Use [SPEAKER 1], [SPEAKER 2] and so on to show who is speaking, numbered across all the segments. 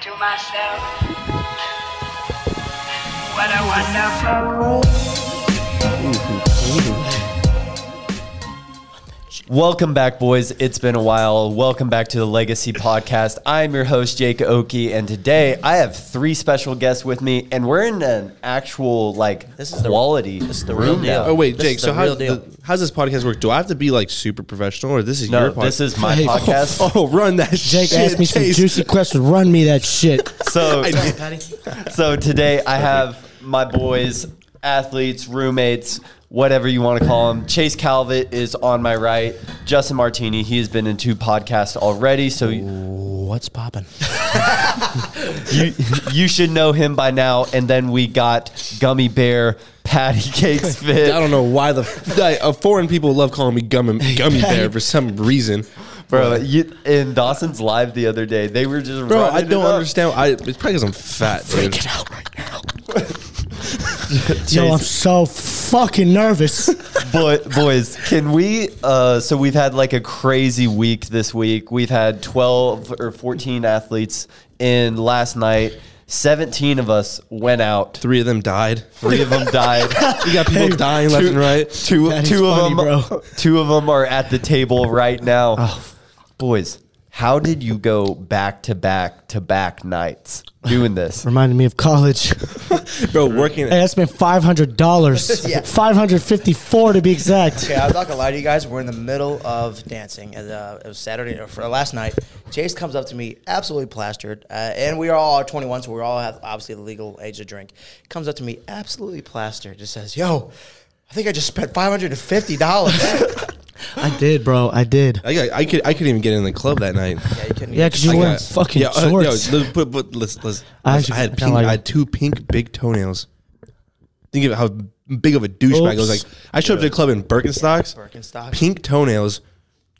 [SPEAKER 1] to myself, what a wonderful world.
[SPEAKER 2] Welcome back, boys. It's been a while. Welcome back to the Legacy Podcast. I'm your host, Jake Oki, and today I have three special guests with me, and we're in an actual like
[SPEAKER 3] This is the-
[SPEAKER 2] quality.
[SPEAKER 3] this is the real
[SPEAKER 2] room
[SPEAKER 3] deal.
[SPEAKER 2] now.
[SPEAKER 4] Oh wait,
[SPEAKER 3] This is
[SPEAKER 4] Jake.
[SPEAKER 3] the
[SPEAKER 4] So how
[SPEAKER 3] real deal.
[SPEAKER 4] the- how's this podcast work? Do I have to be like super professional, or this is
[SPEAKER 2] No,
[SPEAKER 4] your podcast?
[SPEAKER 2] this is my podcast.
[SPEAKER 4] Oh, oh, run that
[SPEAKER 5] Jake
[SPEAKER 4] shit,
[SPEAKER 5] asked me some
[SPEAKER 4] Chase.
[SPEAKER 5] juicy questions. Run me that shit.
[SPEAKER 2] So,
[SPEAKER 4] oh. I did.
[SPEAKER 2] so today I have my boys, athletes, roommates, whatever you want to call them. Chase Calvett is on my right. Justin Martini, he has been in two podcasts already, so you,
[SPEAKER 5] What's popping?
[SPEAKER 2] you should know him by now. And then we got Gummy Bear, Patty Cakes Fit.
[SPEAKER 4] I don't know why the like, uh, foreign people love calling me gummy gummy bear for some reason.
[SPEAKER 2] Bro, you, in Dawson's live the other day, they were just
[SPEAKER 4] Bro,
[SPEAKER 2] running
[SPEAKER 4] I
[SPEAKER 2] it
[SPEAKER 4] don't
[SPEAKER 2] up.
[SPEAKER 4] understand. I it's probably because I'm fat, dude.
[SPEAKER 5] out right now. Yo, I'm so fucking nervous.
[SPEAKER 2] Boy, boys, can we? Uh, so we've had like a crazy week this week. We've had twelve or fourteen athletes in last night. Seventeen of us went out.
[SPEAKER 4] Three of them died.
[SPEAKER 2] Three of them died.
[SPEAKER 4] You got people dying left and right.
[SPEAKER 2] Two,
[SPEAKER 5] That is
[SPEAKER 2] two of
[SPEAKER 5] funny,
[SPEAKER 2] them,
[SPEAKER 5] bro.
[SPEAKER 2] two of them are at the table right now.
[SPEAKER 4] Oh.
[SPEAKER 2] Boys, how did you go back to back to back nights doing this?
[SPEAKER 5] Reminded me of college. Hey,
[SPEAKER 4] Bro, working.
[SPEAKER 5] I spent five hundred dollars,
[SPEAKER 3] Yeah.
[SPEAKER 5] five hundred fifty-four to be exact.
[SPEAKER 3] Okay, I'm not gonna lie to you guys. We're in the middle of dancing. And, uh, it was Saturday or for last night. Chase comes up to me, absolutely plastered, uh, and we are all 21, so we all have obviously the legal age to drink. Comes up to me, absolutely plastered, just says, "Yo, I think I just spent 550 dollars."
[SPEAKER 5] I did, bro. I did.
[SPEAKER 4] I, got, I could I could even get in the club that night.
[SPEAKER 3] yeah, you couldn't.
[SPEAKER 5] Yeah, because you
[SPEAKER 4] I
[SPEAKER 5] wearing
[SPEAKER 4] got-
[SPEAKER 5] fucking
[SPEAKER 4] yeah, uh,
[SPEAKER 5] shorts.
[SPEAKER 4] yo, let- but- but let's- let's-
[SPEAKER 5] I
[SPEAKER 4] let's-
[SPEAKER 5] actually-
[SPEAKER 4] I
[SPEAKER 5] I
[SPEAKER 4] had
[SPEAKER 5] kinda
[SPEAKER 4] pink,
[SPEAKER 5] like
[SPEAKER 4] I
[SPEAKER 5] it.
[SPEAKER 4] had two pink big toenails. Think of how big of a douchebag I was. Like
[SPEAKER 5] Oops.
[SPEAKER 4] I showed up to the club in Birkenstocks,
[SPEAKER 3] Birkenstocks.
[SPEAKER 4] pink toenails,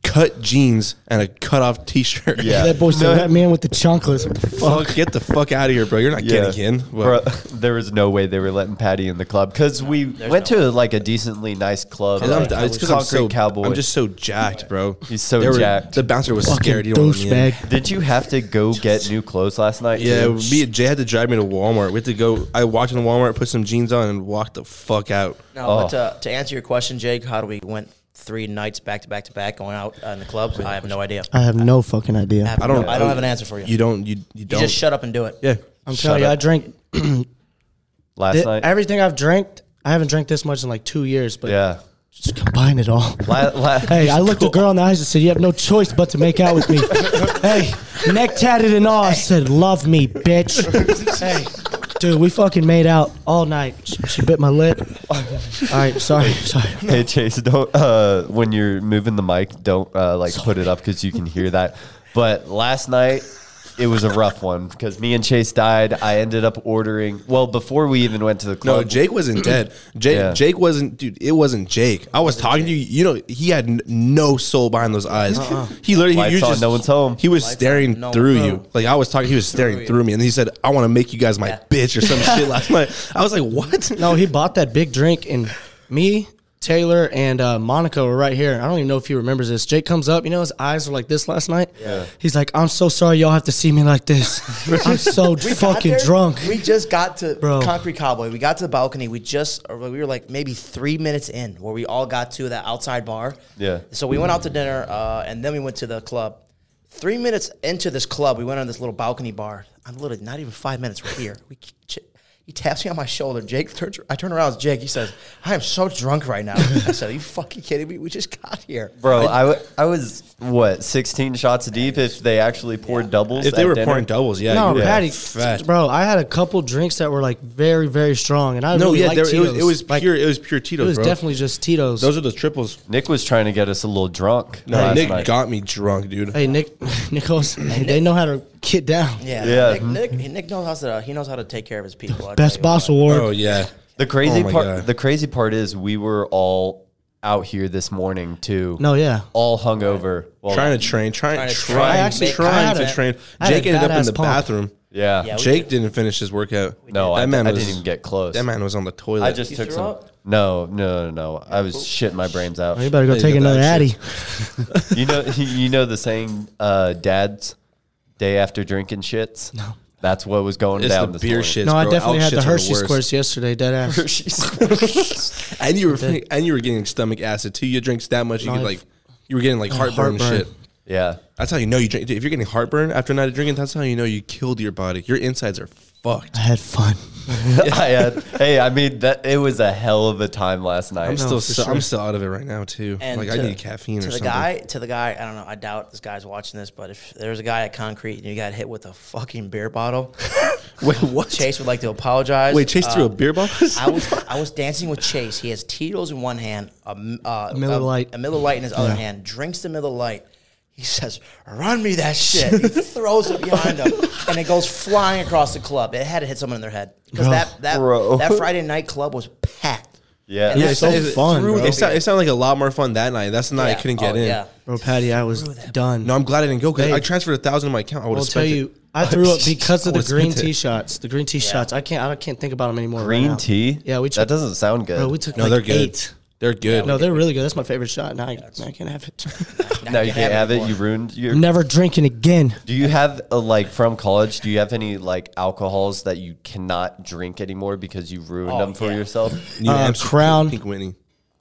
[SPEAKER 4] cut jeans, and a cut off T-shirt.
[SPEAKER 2] Yeah.
[SPEAKER 5] that boy said,
[SPEAKER 2] No.
[SPEAKER 5] "That man with the chunkless." What the fuck?
[SPEAKER 4] fuck, get the fuck out of here, bro. You're not getting in.
[SPEAKER 2] Bro,
[SPEAKER 4] Well,
[SPEAKER 2] there was no way they were letting Patty in the club because we went to like a decently nice club.
[SPEAKER 4] I'm-
[SPEAKER 2] Like,
[SPEAKER 4] it's because I'm
[SPEAKER 2] Concrete
[SPEAKER 4] so
[SPEAKER 2] Cowboy.
[SPEAKER 4] I'm just so jacked, bro.
[SPEAKER 2] He's so
[SPEAKER 4] They were-
[SPEAKER 2] jacked.
[SPEAKER 4] The bouncer was scared. He
[SPEAKER 5] fucking
[SPEAKER 4] didn't want me in.
[SPEAKER 5] douchebag.
[SPEAKER 2] Did you have to go get new clothes last night?
[SPEAKER 4] Yeah,
[SPEAKER 2] too?
[SPEAKER 4] me and Jay had to drive me to Walmart. We had to go. I walked in Walmart, put some jeans on, and walked the fuck out.
[SPEAKER 3] No, but
[SPEAKER 5] Oh.
[SPEAKER 3] uh, to, to answer your question, Jake, how do we went three nights back to back to back going out uh, in the clubs? I have no idea.
[SPEAKER 5] I have no fucking idea.
[SPEAKER 3] have
[SPEAKER 4] I don't.
[SPEAKER 3] no- I don't have an answer for you.
[SPEAKER 4] You don't. You, you
[SPEAKER 3] You
[SPEAKER 4] don't.
[SPEAKER 3] just shut up and do it.
[SPEAKER 4] yeah.
[SPEAKER 5] I'm telling you, I drank
[SPEAKER 2] last
[SPEAKER 5] di-
[SPEAKER 2] night.
[SPEAKER 5] everything I've drank. I haven't drank this much in like two years, but
[SPEAKER 2] yeah.
[SPEAKER 5] just combine it all.
[SPEAKER 2] La- la-
[SPEAKER 5] Hey, I looked a girl in the eyes and said, "You have no choice but to make out with me." hey, neck tatted and all, I said, "Love me, bitch." hey, dude, we fucking made out all night. She, she bit my lip. All right, sorry, sorry.
[SPEAKER 2] Hey Chase, don't uh, when you're moving the mic, don't uh, like put it up because you can hear that. But last night it was a rough one because me and Chase died. I ended up ordering well before we even went to the
[SPEAKER 4] No,
[SPEAKER 2] club.
[SPEAKER 4] Jake wasn't dead. Jake,
[SPEAKER 2] Yeah.
[SPEAKER 4] Jake wasn't, dude. It wasn't Jake. I was talking to you. You know, he had n- no soul behind those eyes. He literally,
[SPEAKER 2] Lights
[SPEAKER 4] you
[SPEAKER 2] on,
[SPEAKER 4] just,
[SPEAKER 2] no one's home.
[SPEAKER 4] He was staring
[SPEAKER 3] no
[SPEAKER 4] through
[SPEAKER 3] one's home.
[SPEAKER 4] you. Like I was talking, he was staring through,
[SPEAKER 3] you.
[SPEAKER 4] me, and he said, "I want to make you guys my
[SPEAKER 3] Yeah.
[SPEAKER 4] bitch" or some shit last night. I was like, "What?"
[SPEAKER 5] No, he bought that big drink, and me, Taylor, and uh, Monica were right here. I don't even know if he remembers this. Jake comes up, you know, his eyes were like this last night. Yeah. He's like, "I'm so sorry, y'all have to see me like this. I'm so
[SPEAKER 3] got
[SPEAKER 5] fucking
[SPEAKER 3] there,
[SPEAKER 5] drunk."
[SPEAKER 3] We just got to
[SPEAKER 5] Bro.
[SPEAKER 3] Concrete Cowboy. We got to the balcony. We just or we were like maybe three minutes in where we all got to the outside bar.
[SPEAKER 2] Yeah.
[SPEAKER 3] So we went out to dinner uh, and then we went to the club. Three minutes into this club, we went on this little balcony bar. I'm literally not even five minutes. We're here. We. Ch- he taps me on my shoulder. Jake turns. I turn around. It's Jake. He says, "I am so drunk right now." I said, "Are you fucking kidding me? We just got here,
[SPEAKER 2] Bro, I, w- I was what sixteen shots deep if they actually poured doubles.
[SPEAKER 4] If they
[SPEAKER 2] at
[SPEAKER 4] were
[SPEAKER 2] dinner.
[SPEAKER 4] pouring doubles, yeah, you
[SPEAKER 5] No,
[SPEAKER 4] were
[SPEAKER 5] Patty,
[SPEAKER 4] fat.
[SPEAKER 5] bro, I had a couple drinks that were like very, very strong, and I
[SPEAKER 4] No,
[SPEAKER 5] really
[SPEAKER 4] yeah,
[SPEAKER 5] like
[SPEAKER 4] there, it was,
[SPEAKER 5] Tito's.
[SPEAKER 4] it was
[SPEAKER 5] Like,
[SPEAKER 4] pure. It was pure Tito's.
[SPEAKER 5] it was
[SPEAKER 4] bro.
[SPEAKER 5] definitely just Tito's.
[SPEAKER 4] Those are the triples.
[SPEAKER 2] Nick was trying to get us a little drunk.
[SPEAKER 4] No,
[SPEAKER 2] last
[SPEAKER 4] Nick
[SPEAKER 2] night.
[SPEAKER 4] got me drunk, dude.
[SPEAKER 5] hey, Nick, Nichols, they know how to get down.
[SPEAKER 3] Yeah,
[SPEAKER 2] Yeah.
[SPEAKER 3] Nick, Nick, Nick knows how to. He knows how to take care of his people. I'll
[SPEAKER 5] Best
[SPEAKER 3] tell you
[SPEAKER 5] boss
[SPEAKER 3] what.
[SPEAKER 5] award.
[SPEAKER 4] Oh yeah.
[SPEAKER 2] The crazy
[SPEAKER 4] Oh my
[SPEAKER 2] part.
[SPEAKER 4] God.
[SPEAKER 2] The crazy part is we were all out here this morning too.
[SPEAKER 5] No, yeah.
[SPEAKER 2] all hungover. Well,
[SPEAKER 4] trying to train, trying,
[SPEAKER 3] Trying to train.
[SPEAKER 4] trying,
[SPEAKER 3] I
[SPEAKER 5] actually- I
[SPEAKER 4] trying
[SPEAKER 5] had
[SPEAKER 4] to
[SPEAKER 5] a-
[SPEAKER 4] train.
[SPEAKER 5] I had a
[SPEAKER 4] Jake ended up in
[SPEAKER 5] badass
[SPEAKER 4] the
[SPEAKER 5] pump.
[SPEAKER 4] bathroom.
[SPEAKER 2] yeah.
[SPEAKER 3] Yeah, we
[SPEAKER 4] Jake didn't finish his workout.
[SPEAKER 2] no, I, I didn't even get close.
[SPEAKER 4] That man was on the toilet.
[SPEAKER 2] I just took
[SPEAKER 3] threw
[SPEAKER 2] some.
[SPEAKER 3] up?
[SPEAKER 2] No, no, no, no. I was shitting my brains out.
[SPEAKER 5] Oh, You better go
[SPEAKER 4] Hey,
[SPEAKER 5] take
[SPEAKER 4] you got
[SPEAKER 5] another
[SPEAKER 4] that
[SPEAKER 5] Addy.
[SPEAKER 4] shit.
[SPEAKER 2] You know, you know the saying, uh, "Dad's day after drinking shits." No. That's what was going
[SPEAKER 4] It's
[SPEAKER 2] down.
[SPEAKER 4] the
[SPEAKER 2] this
[SPEAKER 4] beer
[SPEAKER 2] morning.
[SPEAKER 4] shit.
[SPEAKER 5] No, I definitely had the Hershey squares yesterday, dead ass.
[SPEAKER 4] And you were and you were getting stomach acid too. You drinks that much, you
[SPEAKER 5] No,
[SPEAKER 4] get
[SPEAKER 5] I-
[SPEAKER 4] like you were getting like heartburn, and
[SPEAKER 5] heartburn.
[SPEAKER 4] shit.
[SPEAKER 2] Yeah.
[SPEAKER 4] That's how you know you drink. If you're getting heartburn after a night of drinking, that's how you know you killed your body. Your insides are fucked.
[SPEAKER 5] I had fun.
[SPEAKER 2] I had, hey, I mean that it was a hell of a time last night.
[SPEAKER 4] I'm still
[SPEAKER 5] for
[SPEAKER 4] so,
[SPEAKER 5] sure.
[SPEAKER 4] I'm still out of it right now too.
[SPEAKER 3] And
[SPEAKER 4] like
[SPEAKER 3] to,
[SPEAKER 4] I need caffeine or
[SPEAKER 3] to the
[SPEAKER 4] something.
[SPEAKER 3] guy, to the guy. I don't know. I doubt this guy's watching this, but if there was a guy at Concrete and you got hit with a fucking beer bottle,
[SPEAKER 4] Wait, what?
[SPEAKER 3] Chase would like to apologize.
[SPEAKER 4] Wait, Chase
[SPEAKER 3] Uh,
[SPEAKER 2] um,
[SPEAKER 4] threw a beer bottle.
[SPEAKER 3] I was I was dancing with Chase. He has Tito's in one hand, a, m- uh,
[SPEAKER 5] Miller
[SPEAKER 3] a-
[SPEAKER 5] Lite.
[SPEAKER 3] a Miller Light in his other hand. Drinks the Miller Light. He says, "Run me that shit." he throws it behind him, and it goes flying across the club. It had to hit someone in their head because that that
[SPEAKER 2] Bro.
[SPEAKER 3] that Friday night club was packed.
[SPEAKER 2] Yeah.
[SPEAKER 3] And
[SPEAKER 2] Yeah,
[SPEAKER 3] I
[SPEAKER 5] it's so
[SPEAKER 3] threw
[SPEAKER 5] fun,
[SPEAKER 3] the-
[SPEAKER 5] bro.
[SPEAKER 4] It, sound, it sounded like a lot more fun that night. That's the night I
[SPEAKER 3] Yeah.
[SPEAKER 4] couldn't get
[SPEAKER 3] Oh,
[SPEAKER 4] in.
[SPEAKER 3] yeah.
[SPEAKER 5] Bro, Patty, I was done.
[SPEAKER 4] No, I'm glad I didn't go because I
[SPEAKER 5] Babe.
[SPEAKER 4] transferred a thousand to my account. I would
[SPEAKER 5] I'll
[SPEAKER 4] have
[SPEAKER 5] tell
[SPEAKER 4] spent
[SPEAKER 5] you,
[SPEAKER 4] it.
[SPEAKER 5] I threw up because
[SPEAKER 4] I
[SPEAKER 5] of the
[SPEAKER 4] would've
[SPEAKER 5] green
[SPEAKER 4] spent it.
[SPEAKER 5] tea shots. The green tea shots. I can't. I can't think about them anymore. right
[SPEAKER 2] Green
[SPEAKER 5] now.
[SPEAKER 2] tea?
[SPEAKER 5] Yeah, we
[SPEAKER 2] that
[SPEAKER 5] took.
[SPEAKER 2] doesn't sound good.
[SPEAKER 5] Bro, we took.
[SPEAKER 4] No,
[SPEAKER 5] like
[SPEAKER 4] they're good.
[SPEAKER 5] Eight.
[SPEAKER 4] They're good.
[SPEAKER 5] No, they're really good. That's my favorite shot. Now I, now I can't have it.
[SPEAKER 2] no, you can't have it. You ruined your.
[SPEAKER 5] I'm never drinking again.
[SPEAKER 2] Do you have uh like from college? Do you have any like alcohols that you cannot drink anymore because you ruined
[SPEAKER 3] Oh,
[SPEAKER 2] them for
[SPEAKER 3] yeah.
[SPEAKER 2] yourself?
[SPEAKER 4] New
[SPEAKER 5] Uh,
[SPEAKER 4] Amsterdam,
[SPEAKER 5] Crown.
[SPEAKER 4] Pink Whitney.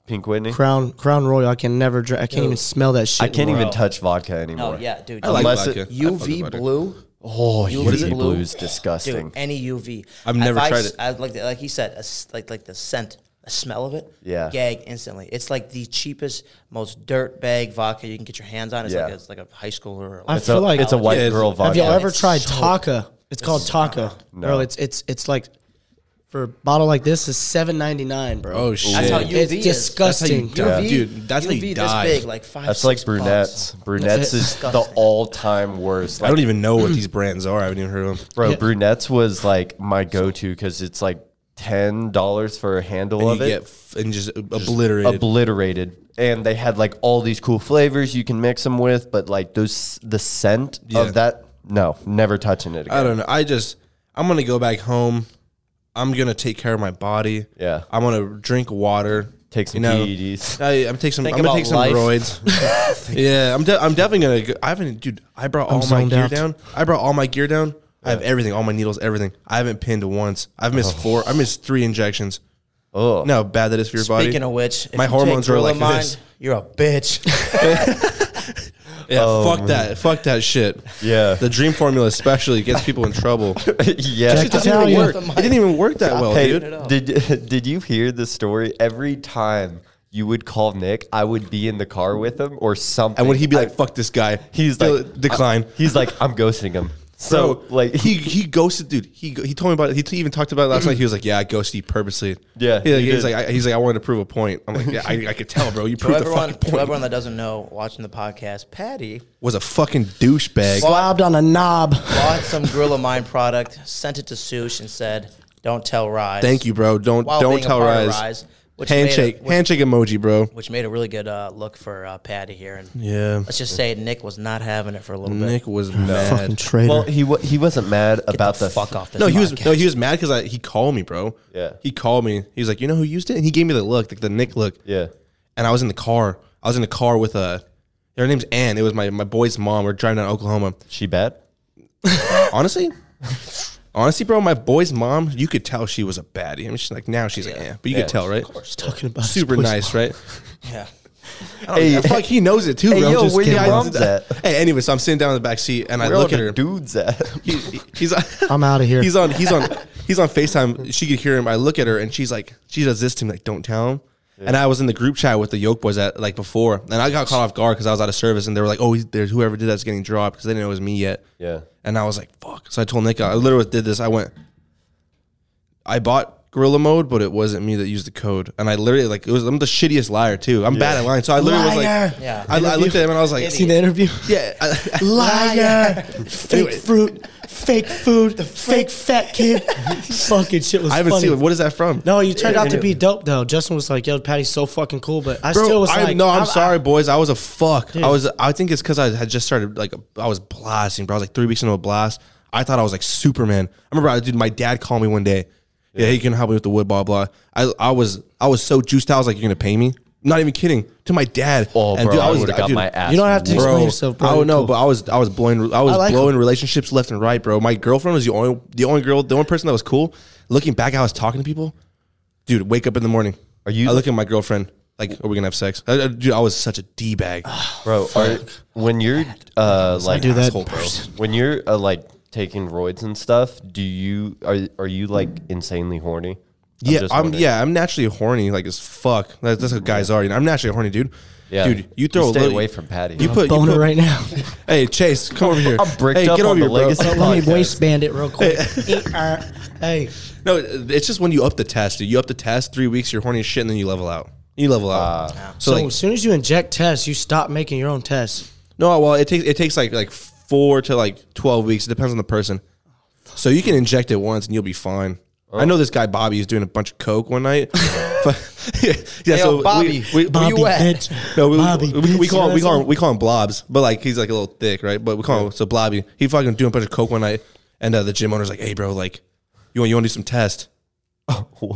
[SPEAKER 2] Pink Whitney.
[SPEAKER 5] Crown Crown Royal. I can never drink. I can't even smell that shit.
[SPEAKER 2] I can't
[SPEAKER 5] anymore.
[SPEAKER 2] even touch vodka anymore.
[SPEAKER 3] Oh yeah, dude.
[SPEAKER 2] I like
[SPEAKER 4] Unless
[SPEAKER 2] Unless
[SPEAKER 4] vodka.
[SPEAKER 2] it-
[SPEAKER 4] I fuck with
[SPEAKER 3] UV
[SPEAKER 4] vodka.
[SPEAKER 3] blue.
[SPEAKER 2] Oh,
[SPEAKER 3] You
[SPEAKER 2] UV
[SPEAKER 3] what is it,
[SPEAKER 2] blue?
[SPEAKER 3] blue?
[SPEAKER 2] is disgusting.
[SPEAKER 3] Dude, any UV.
[SPEAKER 4] I've never
[SPEAKER 3] If I
[SPEAKER 4] tried
[SPEAKER 3] s-
[SPEAKER 4] it.
[SPEAKER 3] I like the, like he said, a s like like the scent, the smell of it.
[SPEAKER 2] Yeah.
[SPEAKER 3] gag instantly. It's like the cheapest, most dirt bag vodka you can get your hands on. It's like
[SPEAKER 2] Yeah.
[SPEAKER 3] a, it's like a high schooler. Or
[SPEAKER 5] I
[SPEAKER 2] it's, a,
[SPEAKER 5] feel like
[SPEAKER 2] it's a white
[SPEAKER 4] Yeah, it's-
[SPEAKER 2] girl
[SPEAKER 5] Have
[SPEAKER 2] vodka.
[SPEAKER 5] y'all ever
[SPEAKER 3] It's
[SPEAKER 5] tried
[SPEAKER 3] so-
[SPEAKER 5] Taka? It's called Taka, bro. It's it's it's like for a bottle like this is seven ninety nine, bro.
[SPEAKER 4] Oh shit!
[SPEAKER 3] that's how
[SPEAKER 5] It's
[SPEAKER 3] UV is.
[SPEAKER 5] disgusting.
[SPEAKER 4] That's how you die.
[SPEAKER 3] UV,
[SPEAKER 4] Dude, that's how you
[SPEAKER 3] UV this
[SPEAKER 4] die.
[SPEAKER 3] big, like five.
[SPEAKER 2] That's like
[SPEAKER 3] six
[SPEAKER 2] brunettes.
[SPEAKER 3] bucks.
[SPEAKER 2] Brunettes
[SPEAKER 5] it.
[SPEAKER 2] is the
[SPEAKER 3] Disgusting.
[SPEAKER 2] all-time worst.
[SPEAKER 4] I don't even know what these brands are. I haven't even heard of them.
[SPEAKER 2] Bro,
[SPEAKER 5] Yeah.
[SPEAKER 2] brunettes was like my go-to because it's like ten dollars for a handle
[SPEAKER 4] And
[SPEAKER 2] of
[SPEAKER 4] you
[SPEAKER 2] it,
[SPEAKER 4] get f- and just obliterated.
[SPEAKER 2] obliterated. And they had like all these cool flavors you can mix them with, but like those the scent
[SPEAKER 4] Yeah.
[SPEAKER 2] of that, no, never touching it
[SPEAKER 4] I
[SPEAKER 2] again.
[SPEAKER 4] don't know. I just I'm gonna go back home. I'm gonna take care of my body.
[SPEAKER 2] Yeah.
[SPEAKER 4] I'm gonna drink water.
[SPEAKER 2] Take some E
[SPEAKER 4] you know,
[SPEAKER 2] PEDs.
[SPEAKER 4] I, I'm take some.
[SPEAKER 3] Think
[SPEAKER 4] I'm gonna
[SPEAKER 3] about
[SPEAKER 4] take some
[SPEAKER 3] life.
[SPEAKER 4] roids. yeah, I'm. De- I'm definitely gonna. Go, I haven't, dude. I brought all my
[SPEAKER 5] zoned
[SPEAKER 4] gear
[SPEAKER 5] out.
[SPEAKER 4] down. I brought all my gear down. I have everything, all my needles, everything. I haven't pinned once. I've missed four. I missed three injections.
[SPEAKER 2] Oh.
[SPEAKER 4] no, bad that is for your body.
[SPEAKER 3] Speaking of which, if
[SPEAKER 4] My
[SPEAKER 3] you
[SPEAKER 4] hormones
[SPEAKER 3] take
[SPEAKER 4] were like
[SPEAKER 3] Ritalin,
[SPEAKER 4] this.
[SPEAKER 3] You're a bitch.
[SPEAKER 4] yeah, fuck that, fuck that shit.
[SPEAKER 2] Oh Yeah.
[SPEAKER 4] the dream formula especially gets people in trouble.
[SPEAKER 2] yeah.
[SPEAKER 5] Jack-
[SPEAKER 4] It doesn't even
[SPEAKER 5] Italian.
[SPEAKER 4] work. It didn't even work that well,
[SPEAKER 2] Hey,
[SPEAKER 4] Oh, dude.
[SPEAKER 2] did did you hear the story? Every time you would call Nick, I would be in the car with him or something.
[SPEAKER 4] And would he be like,
[SPEAKER 2] I-
[SPEAKER 4] "Fuck this guy"?
[SPEAKER 2] he's
[SPEAKER 4] He'll
[SPEAKER 2] like
[SPEAKER 4] "Decline."
[SPEAKER 2] I- he's like, I'm ghosting him. So
[SPEAKER 4] Bro,
[SPEAKER 2] like
[SPEAKER 4] he he ghosted, dude. He he told me about it. He t- even talked about it last night. He was like, "Yeah, I ghosted you purposely."
[SPEAKER 2] Yeah,
[SPEAKER 4] He, like,
[SPEAKER 2] you
[SPEAKER 4] he's
[SPEAKER 2] did.
[SPEAKER 4] like, I, he's like, I wanted to prove a point. I'm like, yeah, I, I could tell, bro. You
[SPEAKER 3] to
[SPEAKER 4] proved a
[SPEAKER 3] everyone,
[SPEAKER 4] fucking
[SPEAKER 3] to
[SPEAKER 4] point.
[SPEAKER 3] everyone that doesn't know, watching the podcast, Patty
[SPEAKER 4] was a fucking douchebag.
[SPEAKER 5] Slobbed on a knob.
[SPEAKER 3] bought some Gorilla Mind product, sent it to Sush, and said, "Don't tell Rise."
[SPEAKER 4] Thank you, bro. Don't
[SPEAKER 3] While
[SPEAKER 4] don't
[SPEAKER 3] being a
[SPEAKER 4] tell
[SPEAKER 3] part of
[SPEAKER 4] Rise.
[SPEAKER 3] Rise, which made a-
[SPEAKER 4] handshake,
[SPEAKER 3] which-
[SPEAKER 4] handshake emoji, bro.
[SPEAKER 3] which made a really good uh, look for uh, Patty here. And
[SPEAKER 4] Yeah.
[SPEAKER 3] let's just say Nick was not having it for a little
[SPEAKER 4] Nick
[SPEAKER 3] bit.
[SPEAKER 4] was
[SPEAKER 5] Fucking
[SPEAKER 4] mad.
[SPEAKER 5] traitor.
[SPEAKER 2] Well, he wa- he wasn't mad about
[SPEAKER 3] the
[SPEAKER 2] the,
[SPEAKER 3] fuck off this
[SPEAKER 4] No, he was
[SPEAKER 3] podcast.
[SPEAKER 4] no, he was mad because he called me, bro.
[SPEAKER 2] Yeah.
[SPEAKER 4] he called me. He was like, you know who used it? And he gave me the look, like the Nick look.
[SPEAKER 2] Yeah.
[SPEAKER 4] and I was in the car. I was in the car with a. Her name's Ann. It was my, my boy's mom. We're driving down to Oklahoma.
[SPEAKER 2] She bad.
[SPEAKER 4] Honestly, honestly, bro, my boy's mom. You could tell she was a baddie. I mean, she's like now she's like, yeah, but you
[SPEAKER 2] Yeah.
[SPEAKER 4] could tell, right?
[SPEAKER 5] Just talking about
[SPEAKER 4] Super
[SPEAKER 5] his boys.
[SPEAKER 4] nice, right?
[SPEAKER 3] Yeah.
[SPEAKER 2] Hey,
[SPEAKER 4] Yeah, fuck, he knows it too,
[SPEAKER 2] Hey,
[SPEAKER 4] bro.
[SPEAKER 2] yo, where
[SPEAKER 4] kidding.
[SPEAKER 2] your mom's at?
[SPEAKER 4] Hey, anyway, so I'm sitting down in the back seat and I
[SPEAKER 2] where are
[SPEAKER 4] look at
[SPEAKER 2] the
[SPEAKER 4] her.
[SPEAKER 2] dudes at?
[SPEAKER 4] He- he- he's
[SPEAKER 5] I'm outta here.
[SPEAKER 4] He's on he's on he's on FaceTime. She could hear him. I look at her and she's like, she does this to me, like, don't tell him. And I was in the group chat with the yoke boys at like before, and I got caught off guard because I was out of service, and they were like, "Oh, he's- there's whoever did that's getting dropped," because they didn't know it was me yet.
[SPEAKER 2] Yeah.
[SPEAKER 4] And I was like, "Fuck!" So I told Nick, I literally did this. I went, I bought Gorilla Mode, but it wasn't me that used the code, and I literally like it was. I'm the shittiest liar too. I'm bad at lying, so I literally was
[SPEAKER 5] Liar.
[SPEAKER 4] like,
[SPEAKER 3] Yeah.
[SPEAKER 4] I, I looked at him and I was like,
[SPEAKER 5] Seen the interview?
[SPEAKER 4] yeah, I-
[SPEAKER 5] Liar. fake
[SPEAKER 4] Anyway.
[SPEAKER 5] fruit. Fake food. The fake fat kid. fucking shit was
[SPEAKER 4] I haven't
[SPEAKER 5] funny.
[SPEAKER 4] seen it. What is that from?
[SPEAKER 5] No, you turned out to be dope though. Justin was like, "Yo, Patty's so fucking cool," but I
[SPEAKER 4] Bro,
[SPEAKER 5] still was
[SPEAKER 4] I,
[SPEAKER 5] like,
[SPEAKER 4] no, I'm,
[SPEAKER 5] I-
[SPEAKER 4] sorry, boys. I was a fuck. I was. I think it's because I had just started. Like, I was blasting, bro. I was like three weeks into a blast. I thought I was like Superman. I remember, I, dude. My dad called me one day. Yeah, he can help me with the wood, blah blah. I, I was, I was so juiced. out. I was like, you're gonna pay me. I'm not even kidding. To my dad.
[SPEAKER 2] Oh, bro,
[SPEAKER 4] dude,
[SPEAKER 2] I
[SPEAKER 4] was-
[SPEAKER 2] would have got
[SPEAKER 4] dude,
[SPEAKER 2] my ass.
[SPEAKER 5] You don't have to
[SPEAKER 2] whooped.
[SPEAKER 5] explain
[SPEAKER 4] Bro,
[SPEAKER 5] yourself, bro.
[SPEAKER 4] I don't know,
[SPEAKER 5] Cool.
[SPEAKER 4] but I was I was blowing I was
[SPEAKER 5] I like
[SPEAKER 4] blowing
[SPEAKER 5] him.
[SPEAKER 4] relationships left and right, bro. My girlfriend was the only the only girl, the only person that was cool. Looking back, I was talking to people. Dude, wake up in the morning.
[SPEAKER 2] Are you-
[SPEAKER 4] I look at my girlfriend like, are we gonna have sex? I, I- dude, I was such a d bag.
[SPEAKER 2] bro. Are, when you're uh, like
[SPEAKER 5] do Ah, that.
[SPEAKER 4] Asshole, bro.
[SPEAKER 2] when you're uh, like taking roids and stuff, do you are are you like insanely horny? I'm
[SPEAKER 4] Yeah,
[SPEAKER 2] just
[SPEAKER 4] I'm,
[SPEAKER 2] wondering.
[SPEAKER 4] yeah, I'm naturally horny like as fuck. That's, that's how guys are. You know, I'm naturally a horny, dude.
[SPEAKER 2] Yeah.
[SPEAKER 4] dude, you
[SPEAKER 2] You
[SPEAKER 4] throw a
[SPEAKER 2] stay
[SPEAKER 4] little-
[SPEAKER 2] away from Patty.
[SPEAKER 4] You
[SPEAKER 2] I'm
[SPEAKER 4] put you
[SPEAKER 5] boner
[SPEAKER 4] put-
[SPEAKER 5] right now.
[SPEAKER 4] Hey, Chase, come over here.
[SPEAKER 2] I'm bricked
[SPEAKER 4] hey,
[SPEAKER 2] up on the
[SPEAKER 4] bro.
[SPEAKER 2] legacy.
[SPEAKER 5] Let me
[SPEAKER 2] Podcast.
[SPEAKER 5] waistband it real quick. uh, hey,
[SPEAKER 4] No, it's just when you up the test, dude. You up the test three weeks, you're horny as shit, and then you level out. You level
[SPEAKER 3] Ah.
[SPEAKER 4] out.
[SPEAKER 5] so
[SPEAKER 4] so, like,
[SPEAKER 5] as soon as you inject tests, you stop making your own tests.
[SPEAKER 4] no, well, it takes it takes like like four to like twelve weeks. It depends on the person. So you can inject it once, and you'll be fine.
[SPEAKER 3] Oh.
[SPEAKER 4] I know this guy Bobby is doing a bunch of coke one night. But- yeah, so
[SPEAKER 3] Hey, yo,
[SPEAKER 4] we-
[SPEAKER 3] Bobby.
[SPEAKER 4] we,
[SPEAKER 3] Where
[SPEAKER 5] Bobby
[SPEAKER 3] you at?
[SPEAKER 5] bitch.
[SPEAKER 4] No, we,
[SPEAKER 5] Bobby
[SPEAKER 4] we,
[SPEAKER 5] bitch,
[SPEAKER 4] we call him,
[SPEAKER 5] you
[SPEAKER 4] we call
[SPEAKER 5] asshole.
[SPEAKER 4] him, we call him blobs, but like he's like a little thick, right? But we call him so blobby. He fucking doing a bunch of coke one night, and uh, the gym owner's like, "Hey, bro, like, you want you want to do some test?"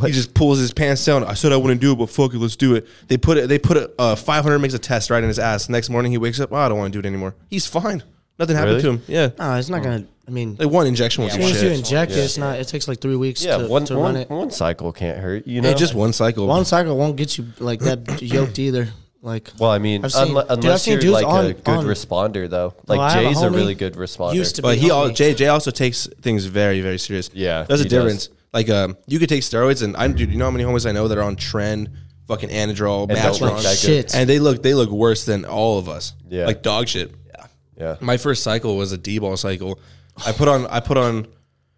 [SPEAKER 4] He just pulls his pants down. I said I wouldn't do it, but fuck it, let's do it. They put it. They put it. Uh, Five hundred makes a test right in his ass. Next morning he wakes up. "Oh, I don't want to do it anymore. He's fine. Nothing happened
[SPEAKER 2] Really?
[SPEAKER 4] to him. Yeah,
[SPEAKER 5] No, it's not gonna. I mean,
[SPEAKER 4] like one injection was
[SPEAKER 5] as soon as you
[SPEAKER 4] shit.
[SPEAKER 5] inject it, it's not. It takes like three weeks
[SPEAKER 2] yeah,
[SPEAKER 5] to,
[SPEAKER 2] one,
[SPEAKER 5] to
[SPEAKER 2] one,
[SPEAKER 5] run it.
[SPEAKER 2] one cycle can't hurt. You know,
[SPEAKER 4] Hey, just one cycle.
[SPEAKER 5] One cycle won't get you like that yoked either. Like,
[SPEAKER 2] Well, I mean,
[SPEAKER 5] I've seen-
[SPEAKER 2] unle-
[SPEAKER 5] dude, I've
[SPEAKER 2] unless
[SPEAKER 5] seen
[SPEAKER 2] you're
[SPEAKER 5] dudes
[SPEAKER 2] like a
[SPEAKER 5] on-
[SPEAKER 2] good
[SPEAKER 5] on-
[SPEAKER 2] responder, though. Like
[SPEAKER 5] Well, I have a
[SPEAKER 2] Jay's a
[SPEAKER 5] homie
[SPEAKER 2] really good responder.
[SPEAKER 5] used to be
[SPEAKER 4] But he all
[SPEAKER 5] healthy.
[SPEAKER 4] JJ also takes things very very serious.
[SPEAKER 2] Yeah,
[SPEAKER 4] there's a
[SPEAKER 2] he does.
[SPEAKER 4] difference. Like um, you could take steroids, and I'm dude. You know how many homies I know that are on trend, fucking Anadrol,
[SPEAKER 2] And don't look
[SPEAKER 4] Matron,
[SPEAKER 2] that
[SPEAKER 5] shit.
[SPEAKER 4] and they look they look worse than all of us.
[SPEAKER 2] Yeah.
[SPEAKER 4] like dog shit. Yeah,
[SPEAKER 2] good. Yeah,
[SPEAKER 4] my first cycle was a D ball cycle. I put on I put on,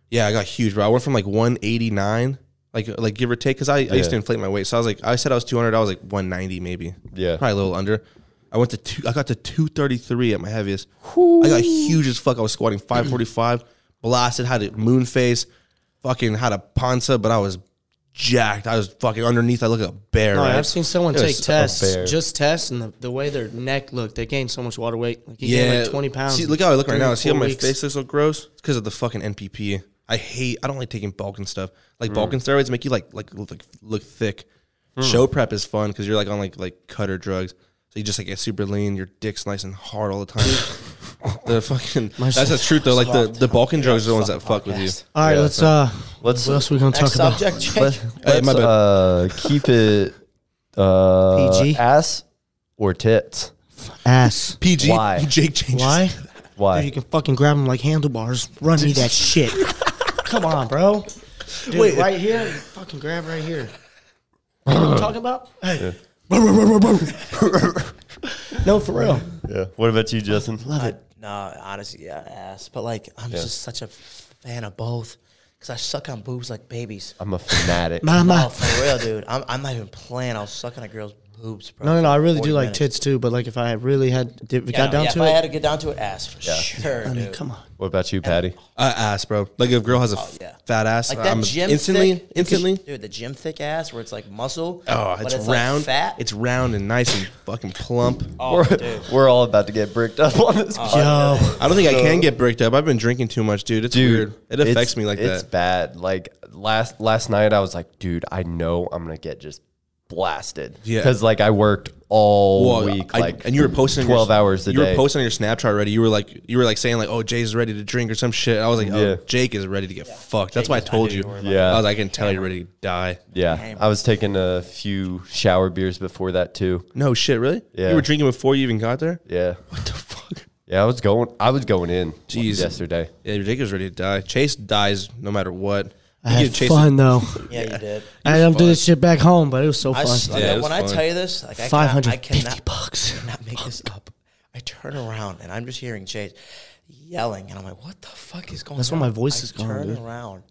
[SPEAKER 4] yeah, I got huge, bro. I went from like 189, like like give or take, because I, I used to inflate my weight. So I was like, I said I was 200, I was like 190 maybe.
[SPEAKER 2] Yeah.
[SPEAKER 4] probably a little under. I went to two, I got to 233 at my heaviest. I got huge as fuck. I was squatting 545, blasted, had a moon face, fucking had a panza, but I was jacked. I was fucking underneath. I look like a bear.
[SPEAKER 5] No,
[SPEAKER 4] right?
[SPEAKER 5] I've seen someone
[SPEAKER 4] It was
[SPEAKER 5] take
[SPEAKER 4] so
[SPEAKER 5] tests,
[SPEAKER 2] fair.
[SPEAKER 5] just tests, and the, the way their neck looked, they gained so much water weight. Like, you gained like 20 pounds.
[SPEAKER 4] See,
[SPEAKER 5] in
[SPEAKER 4] look how I look right
[SPEAKER 5] three
[SPEAKER 4] now.
[SPEAKER 5] or
[SPEAKER 4] See how
[SPEAKER 5] four
[SPEAKER 4] my
[SPEAKER 5] weeks.
[SPEAKER 4] face looks so gross? It's because of the fucking NPP. I hate. I don't like taking bulk and stuff.
[SPEAKER 3] Hmm.
[SPEAKER 4] Like bulk and steroids make you like like look, like, look thick. Show prep is fun because you're like on like like cutter drugs. So you just like get super lean. Your dick's nice and hard all the time. the fucking that's the truth though. Like the the bulking drugs are the ones that fuck with you.
[SPEAKER 5] All right, let's, uh,
[SPEAKER 2] let's
[SPEAKER 5] what else we going to
[SPEAKER 3] Next
[SPEAKER 5] talk about?
[SPEAKER 3] subject, Jake.
[SPEAKER 2] let's,
[SPEAKER 4] Hey,
[SPEAKER 2] let's
[SPEAKER 4] my bad.
[SPEAKER 2] uh, keep it uh,
[SPEAKER 5] PG?
[SPEAKER 2] ass or tits.
[SPEAKER 5] Ass.
[SPEAKER 4] PG.
[SPEAKER 2] Why?
[SPEAKER 4] Jake changes.
[SPEAKER 5] Why? Dude,
[SPEAKER 2] Why?
[SPEAKER 5] you can fucking grab them like handlebars. Run me that shit. Come on, bro. Dude,
[SPEAKER 4] Wait.
[SPEAKER 5] right here. you Fucking grab right here. You know what I'm talking about? Hey. no, for real.
[SPEAKER 2] yeah. What about you, Justin?
[SPEAKER 3] I, no, honestly, yeah, ass. But like, I'm just such a fan of both because I suck on boobs like babies.
[SPEAKER 2] I'm a fanatic.
[SPEAKER 3] Oh,
[SPEAKER 5] Mama.
[SPEAKER 3] for real, dude. I'm, I'm not even playing. I was sucking a girl's boobs, bro.
[SPEAKER 5] No, no, no. I really do
[SPEAKER 3] 40
[SPEAKER 5] like
[SPEAKER 3] minutes.
[SPEAKER 5] tits too, but like if I really had, if it
[SPEAKER 3] Yeah,
[SPEAKER 5] got down
[SPEAKER 3] yeah,
[SPEAKER 5] to
[SPEAKER 3] if I
[SPEAKER 5] it,
[SPEAKER 3] had to get down to it, ass for sure,
[SPEAKER 5] I mean,
[SPEAKER 3] dude.
[SPEAKER 5] come on.
[SPEAKER 2] what about you, Patty?
[SPEAKER 4] Uh, ass, bro. Like if a girl has a
[SPEAKER 3] Oh, yeah.
[SPEAKER 4] fat ass, uh,
[SPEAKER 3] Like that
[SPEAKER 4] I'm
[SPEAKER 3] gym
[SPEAKER 4] instantly
[SPEAKER 3] thick,
[SPEAKER 4] instantly.
[SPEAKER 3] dude. The gym thick ass where it's like muscle.
[SPEAKER 4] Oh,
[SPEAKER 3] but
[SPEAKER 4] it's,
[SPEAKER 3] like,
[SPEAKER 4] round.
[SPEAKER 3] fat.
[SPEAKER 4] It's round and nice and fucking plump.
[SPEAKER 3] oh, dude.
[SPEAKER 2] We're all about to get bricked up on this. podcast.
[SPEAKER 5] Yo.
[SPEAKER 4] I don't think I can get bricked up. I've been drinking too much, dude. It's weird. It
[SPEAKER 2] it's-
[SPEAKER 4] affects me like
[SPEAKER 2] it's
[SPEAKER 4] that.
[SPEAKER 2] bad. Like last last night, I was like, dude, I know I'm gonna get just blasted.
[SPEAKER 4] Yeah.
[SPEAKER 2] because like I worked all
[SPEAKER 4] Well,
[SPEAKER 2] week,
[SPEAKER 4] I-
[SPEAKER 2] like
[SPEAKER 4] and you were posting on your-
[SPEAKER 2] twelve hours a
[SPEAKER 4] you
[SPEAKER 2] day.
[SPEAKER 4] were posting on your Snapchat already. You were like, you were like saying like, "Oh, Jay's ready to drink" or some shit. I was like, "Oh,
[SPEAKER 2] Yeah.
[SPEAKER 4] Jake is ready to get fucked." That's why I told you.
[SPEAKER 2] Yeah.
[SPEAKER 4] I was. like, I can tell you're ready to die.
[SPEAKER 2] yeah, I was taking a few shower beers before that too.
[SPEAKER 4] No shit, really.
[SPEAKER 2] Yeah.
[SPEAKER 4] You were drinking before you even got there.
[SPEAKER 2] Yeah,
[SPEAKER 4] What the fuck?
[SPEAKER 2] yeah, I was going, I was going in.
[SPEAKER 4] Jeez.
[SPEAKER 2] yesterday.
[SPEAKER 4] Yeah, Jake is ready to die. Chase dies no matter what.
[SPEAKER 5] I
[SPEAKER 4] You
[SPEAKER 5] had
[SPEAKER 4] give Chase-
[SPEAKER 5] fun though.
[SPEAKER 3] Yeah, you did.
[SPEAKER 5] I had them do this shit back home, but it was so
[SPEAKER 3] I,
[SPEAKER 5] fun.
[SPEAKER 3] s- like,
[SPEAKER 4] Yeah, it was
[SPEAKER 3] when I
[SPEAKER 4] fun.
[SPEAKER 3] tell you this, like I
[SPEAKER 5] Five
[SPEAKER 3] cannot,
[SPEAKER 5] hundred
[SPEAKER 3] I
[SPEAKER 5] fifty
[SPEAKER 3] cannot,
[SPEAKER 5] bucks.
[SPEAKER 3] cannot make this up. I turn around and I'm just hearing Chase yelling, and I'm like, "What the fuck is going?"
[SPEAKER 5] That's
[SPEAKER 3] on?
[SPEAKER 5] where my voice
[SPEAKER 3] I
[SPEAKER 5] is going,
[SPEAKER 3] Turn
[SPEAKER 5] dude.
[SPEAKER 3] around.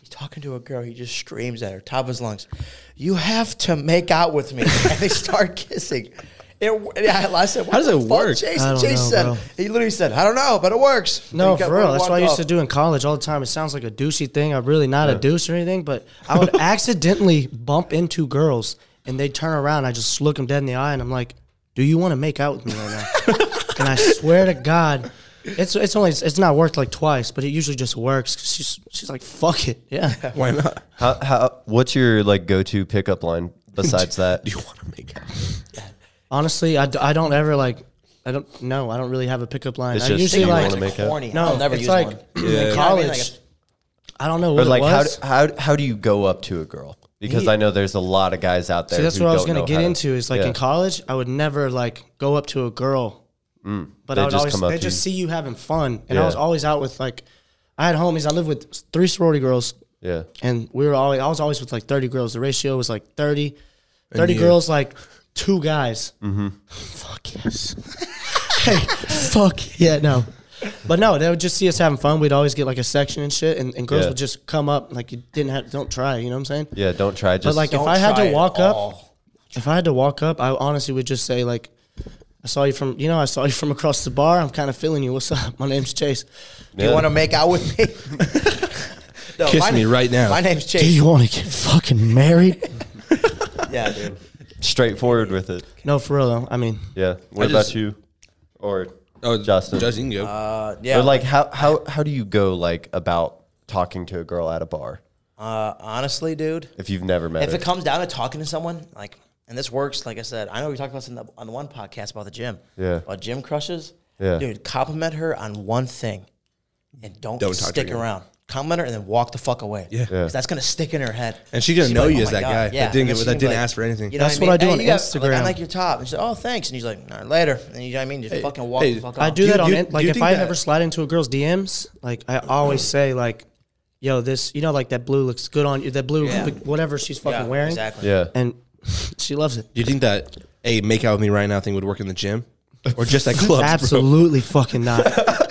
[SPEAKER 3] He's talking to a girl. He just screams at her, top of his lungs, "You have to make out with me!" and they start kissing. It, w- and I I said, "How
[SPEAKER 4] does it work?
[SPEAKER 3] Chase?
[SPEAKER 5] I
[SPEAKER 3] And
[SPEAKER 5] don't
[SPEAKER 3] Chase
[SPEAKER 5] know,
[SPEAKER 3] said,
[SPEAKER 5] bro.
[SPEAKER 3] "He literally said, I don't know, but it works."
[SPEAKER 5] No,
[SPEAKER 3] He got
[SPEAKER 5] for real.
[SPEAKER 3] ready
[SPEAKER 5] That's
[SPEAKER 3] walk
[SPEAKER 5] what I used
[SPEAKER 3] off.
[SPEAKER 5] to do in college all the time. It sounds like a douchey thing. I'm really not a douche or anything, but I would accidentally bump into girls and they turn around. I just look them dead in the eye and I'm like, "Do you want to make out with me right now?" and I swear to God, it's it's only it's not worked like twice, but it usually just works. 'cause She's she's like, "Fuck it, yeah."
[SPEAKER 4] Why not?
[SPEAKER 2] How, how? What's your like go to pickup line besides that?
[SPEAKER 4] Do you want to make out?
[SPEAKER 5] Honestly, I, d- I don't ever like. I don't know. I don't really have a pickup line.
[SPEAKER 2] It's
[SPEAKER 5] I
[SPEAKER 2] just
[SPEAKER 5] usually
[SPEAKER 2] you
[SPEAKER 5] like
[SPEAKER 2] wanna make out.
[SPEAKER 3] corny.
[SPEAKER 5] no.
[SPEAKER 3] I'll never
[SPEAKER 5] it's
[SPEAKER 3] use
[SPEAKER 5] like mm,
[SPEAKER 3] one.
[SPEAKER 5] in
[SPEAKER 3] You know what I mean?
[SPEAKER 5] college. I don't know
[SPEAKER 2] Or
[SPEAKER 5] what
[SPEAKER 2] like
[SPEAKER 5] it
[SPEAKER 2] how,
[SPEAKER 5] was.
[SPEAKER 2] how how do you go up to a girl? Because I know there's a lot of guys out there.
[SPEAKER 5] See, that's
[SPEAKER 2] who
[SPEAKER 5] what I was
[SPEAKER 2] don't
[SPEAKER 5] gonna
[SPEAKER 2] know
[SPEAKER 5] get
[SPEAKER 2] how to-
[SPEAKER 5] into. Is like
[SPEAKER 2] Yeah.
[SPEAKER 5] in college, I would never like go up to a girl, but
[SPEAKER 2] Mm. They
[SPEAKER 5] I would
[SPEAKER 2] just
[SPEAKER 5] always
[SPEAKER 2] come up
[SPEAKER 5] they
[SPEAKER 2] to
[SPEAKER 5] just see you having fun, and I
[SPEAKER 2] Yeah.
[SPEAKER 5] was always out with like I had homies. I lived with three sorority girls,
[SPEAKER 2] Yeah,
[SPEAKER 5] and we were always I was always with like thirty girls. The ratio was like 30, 30
[SPEAKER 4] you.
[SPEAKER 5] girls, like two guys. Mm-hmm. Fuck yes. hey, fuck yeah, no. But no, they would just see us having fun. We'd always get like a section and shit, and, and girls
[SPEAKER 2] Yeah.
[SPEAKER 5] would just come up like you didn't have don't try. You know what I'm saying?
[SPEAKER 2] yeah. Don't try. Just
[SPEAKER 5] But like, if
[SPEAKER 3] don't
[SPEAKER 5] I had
[SPEAKER 3] try
[SPEAKER 5] to
[SPEAKER 3] at
[SPEAKER 5] walk up,
[SPEAKER 3] all.
[SPEAKER 5] if I had to walk up, I honestly would just say like, "I saw you from, you know, I saw you from across the bar. I'm kind of feeling you. What's up? My name's Chase.
[SPEAKER 3] Do you
[SPEAKER 2] Yeah.
[SPEAKER 3] want to make out with me? No,
[SPEAKER 4] Kiss
[SPEAKER 3] my
[SPEAKER 4] me
[SPEAKER 3] name-
[SPEAKER 4] right now.
[SPEAKER 3] My name's
[SPEAKER 5] Do
[SPEAKER 3] Chase.
[SPEAKER 5] you want to get fucking married?
[SPEAKER 3] Yeah, dude.
[SPEAKER 2] straightforward with it.
[SPEAKER 5] no, for real though. I mean,
[SPEAKER 2] Yeah. What
[SPEAKER 4] I
[SPEAKER 2] about
[SPEAKER 4] just-
[SPEAKER 2] you? Or
[SPEAKER 4] Oh,
[SPEAKER 2] Justin.
[SPEAKER 4] Justin, you can go.
[SPEAKER 3] Uh, yeah.
[SPEAKER 2] or like how how how do you go like about talking to a girl at a bar
[SPEAKER 3] uh, honestly, dude.
[SPEAKER 2] if you've never met
[SPEAKER 3] If
[SPEAKER 2] her?
[SPEAKER 3] it comes down to talking to someone, like, and this works, like I said, I know we talked about this in the, on the one podcast about the gym.
[SPEAKER 2] Yeah.
[SPEAKER 3] About gym crushes.
[SPEAKER 2] Yeah.
[SPEAKER 3] Dude, compliment her on one thing and don't,
[SPEAKER 4] Don't talk to her
[SPEAKER 3] stick
[SPEAKER 4] again.
[SPEAKER 3] around. Compliment her and then walk the fuck away. Yeah.
[SPEAKER 2] Yeah.
[SPEAKER 3] that's going to stick in her head.
[SPEAKER 4] And she's gonna
[SPEAKER 3] She's
[SPEAKER 4] know
[SPEAKER 3] like,
[SPEAKER 4] you
[SPEAKER 3] "Oh
[SPEAKER 4] as
[SPEAKER 3] my
[SPEAKER 4] that
[SPEAKER 3] God,
[SPEAKER 4] guy
[SPEAKER 3] yeah."
[SPEAKER 4] that didn't,
[SPEAKER 3] And then
[SPEAKER 4] that
[SPEAKER 3] she's
[SPEAKER 4] didn't
[SPEAKER 3] like-
[SPEAKER 4] ask for anything.
[SPEAKER 3] You know
[SPEAKER 5] That's
[SPEAKER 3] what,
[SPEAKER 5] what I do
[SPEAKER 3] mean?
[SPEAKER 5] on
[SPEAKER 3] Hey, you got- like, I
[SPEAKER 5] Instagram.
[SPEAKER 3] like your top. And she's like, oh, thanks. And he's like, all right, later. And you know what I mean? Just fucking walk
[SPEAKER 4] hey,
[SPEAKER 3] the fuck
[SPEAKER 5] I
[SPEAKER 3] off.
[SPEAKER 5] do
[SPEAKER 4] Do you-
[SPEAKER 5] that on
[SPEAKER 4] do you-
[SPEAKER 5] it.
[SPEAKER 4] do
[SPEAKER 5] like
[SPEAKER 4] you
[SPEAKER 5] if
[SPEAKER 4] think
[SPEAKER 5] I
[SPEAKER 4] that-
[SPEAKER 5] ever slide into a girl's DMs, like I always say like, "Yo, this, you know, like that blue looks good on you. That blue,
[SPEAKER 3] Yeah.
[SPEAKER 5] whatever she's fucking
[SPEAKER 3] Yeah,
[SPEAKER 5] wearing,
[SPEAKER 3] Exactly.
[SPEAKER 2] yeah.
[SPEAKER 5] and she loves it.
[SPEAKER 4] Do you think that a make out with me right now thing would work in the gym or just at clubs? Absolutely.
[SPEAKER 5] Absolutely fucking not.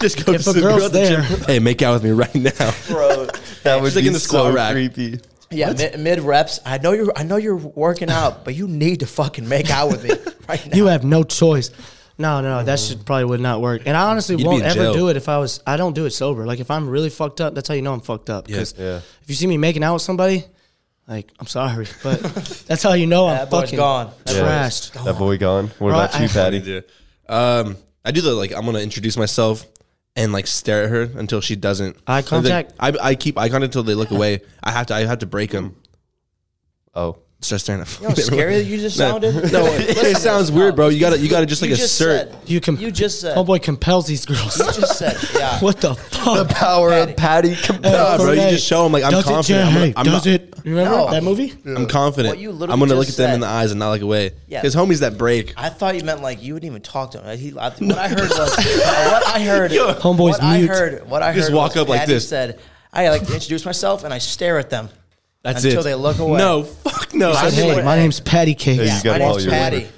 [SPEAKER 4] Just go
[SPEAKER 5] If
[SPEAKER 4] to
[SPEAKER 5] a
[SPEAKER 4] the girl
[SPEAKER 5] girl's
[SPEAKER 4] at the gym.
[SPEAKER 5] there-
[SPEAKER 4] Hey, make out with me right now.
[SPEAKER 2] Bro, that would
[SPEAKER 4] like
[SPEAKER 2] be
[SPEAKER 4] in the squat
[SPEAKER 2] so
[SPEAKER 4] rack.
[SPEAKER 2] creepy.
[SPEAKER 3] Yeah, mid, mid reps. I know you're. I know you're working out, but you need to fucking make out with me right now.
[SPEAKER 5] You have no choice. No, no, no. That shit probably would not work. And I honestly
[SPEAKER 4] You'd be
[SPEAKER 5] won't
[SPEAKER 4] in
[SPEAKER 5] ever
[SPEAKER 4] jail.
[SPEAKER 5] do it if I was. I don't do it sober. Like if I'm really fucked up, that's how you know I'm fucked up. 'Cause
[SPEAKER 2] Yeah.
[SPEAKER 5] If you see me making out with somebody, like I'm sorry, but that's how you know I'm
[SPEAKER 3] That boy's
[SPEAKER 5] fucking
[SPEAKER 3] gone. That boy's
[SPEAKER 5] trashed.
[SPEAKER 2] That boy gone. What
[SPEAKER 5] Bro,
[SPEAKER 2] about you,
[SPEAKER 5] I-
[SPEAKER 2] Patty?
[SPEAKER 4] Um, I do the like. I'm gonna introduce myself and like stare at her until she doesn't
[SPEAKER 5] Eye
[SPEAKER 4] So they-
[SPEAKER 5] contact?
[SPEAKER 4] I, I keep eye contact until they look away. I have to. I have to break them.
[SPEAKER 2] Oh,
[SPEAKER 4] Start staring at.
[SPEAKER 3] You know how scary that you just sounded.
[SPEAKER 4] No, it sounds weird, bro. You gotta. You gotta just like assert.
[SPEAKER 5] You can.
[SPEAKER 3] You just said.
[SPEAKER 5] Homeboy compels these girls.
[SPEAKER 3] You just said. Yeah.
[SPEAKER 5] what the fuck?
[SPEAKER 2] power of Patty
[SPEAKER 4] Nah, bro, you
[SPEAKER 5] Hey,
[SPEAKER 4] just show them like I'm
[SPEAKER 5] does it,
[SPEAKER 4] confident. I'm
[SPEAKER 5] Jay?
[SPEAKER 4] gonna- I'm
[SPEAKER 5] does
[SPEAKER 4] not-
[SPEAKER 5] it? You remember
[SPEAKER 3] No.
[SPEAKER 5] that movie?
[SPEAKER 4] I'm confident.
[SPEAKER 3] What you literally
[SPEAKER 4] I'm gonna look at
[SPEAKER 3] just
[SPEAKER 4] them in
[SPEAKER 3] said.
[SPEAKER 4] the eyes and not look away.
[SPEAKER 3] Yeah.
[SPEAKER 4] Because homies that break.
[SPEAKER 3] I thought you meant like you wouldn't even talk to him. Like, He, I, what I heard was uh, what I heard.
[SPEAKER 5] Homeboy's
[SPEAKER 3] what I
[SPEAKER 5] mute.
[SPEAKER 3] heard. What I heard.
[SPEAKER 4] Just walk
[SPEAKER 3] was
[SPEAKER 4] up like
[SPEAKER 3] Patty
[SPEAKER 4] this.
[SPEAKER 3] Said, I like to introduce myself, and I stare at them.
[SPEAKER 4] That's
[SPEAKER 3] until
[SPEAKER 4] it.
[SPEAKER 3] they look away.
[SPEAKER 4] No, fuck no.
[SPEAKER 3] I
[SPEAKER 4] Oh,
[SPEAKER 3] said-
[SPEAKER 5] Hey,
[SPEAKER 3] what-
[SPEAKER 5] my name's Patty Cakes.
[SPEAKER 2] Hey, you
[SPEAKER 3] My
[SPEAKER 2] gotta call
[SPEAKER 3] name's
[SPEAKER 2] your
[SPEAKER 3] Patty.
[SPEAKER 2] Uber.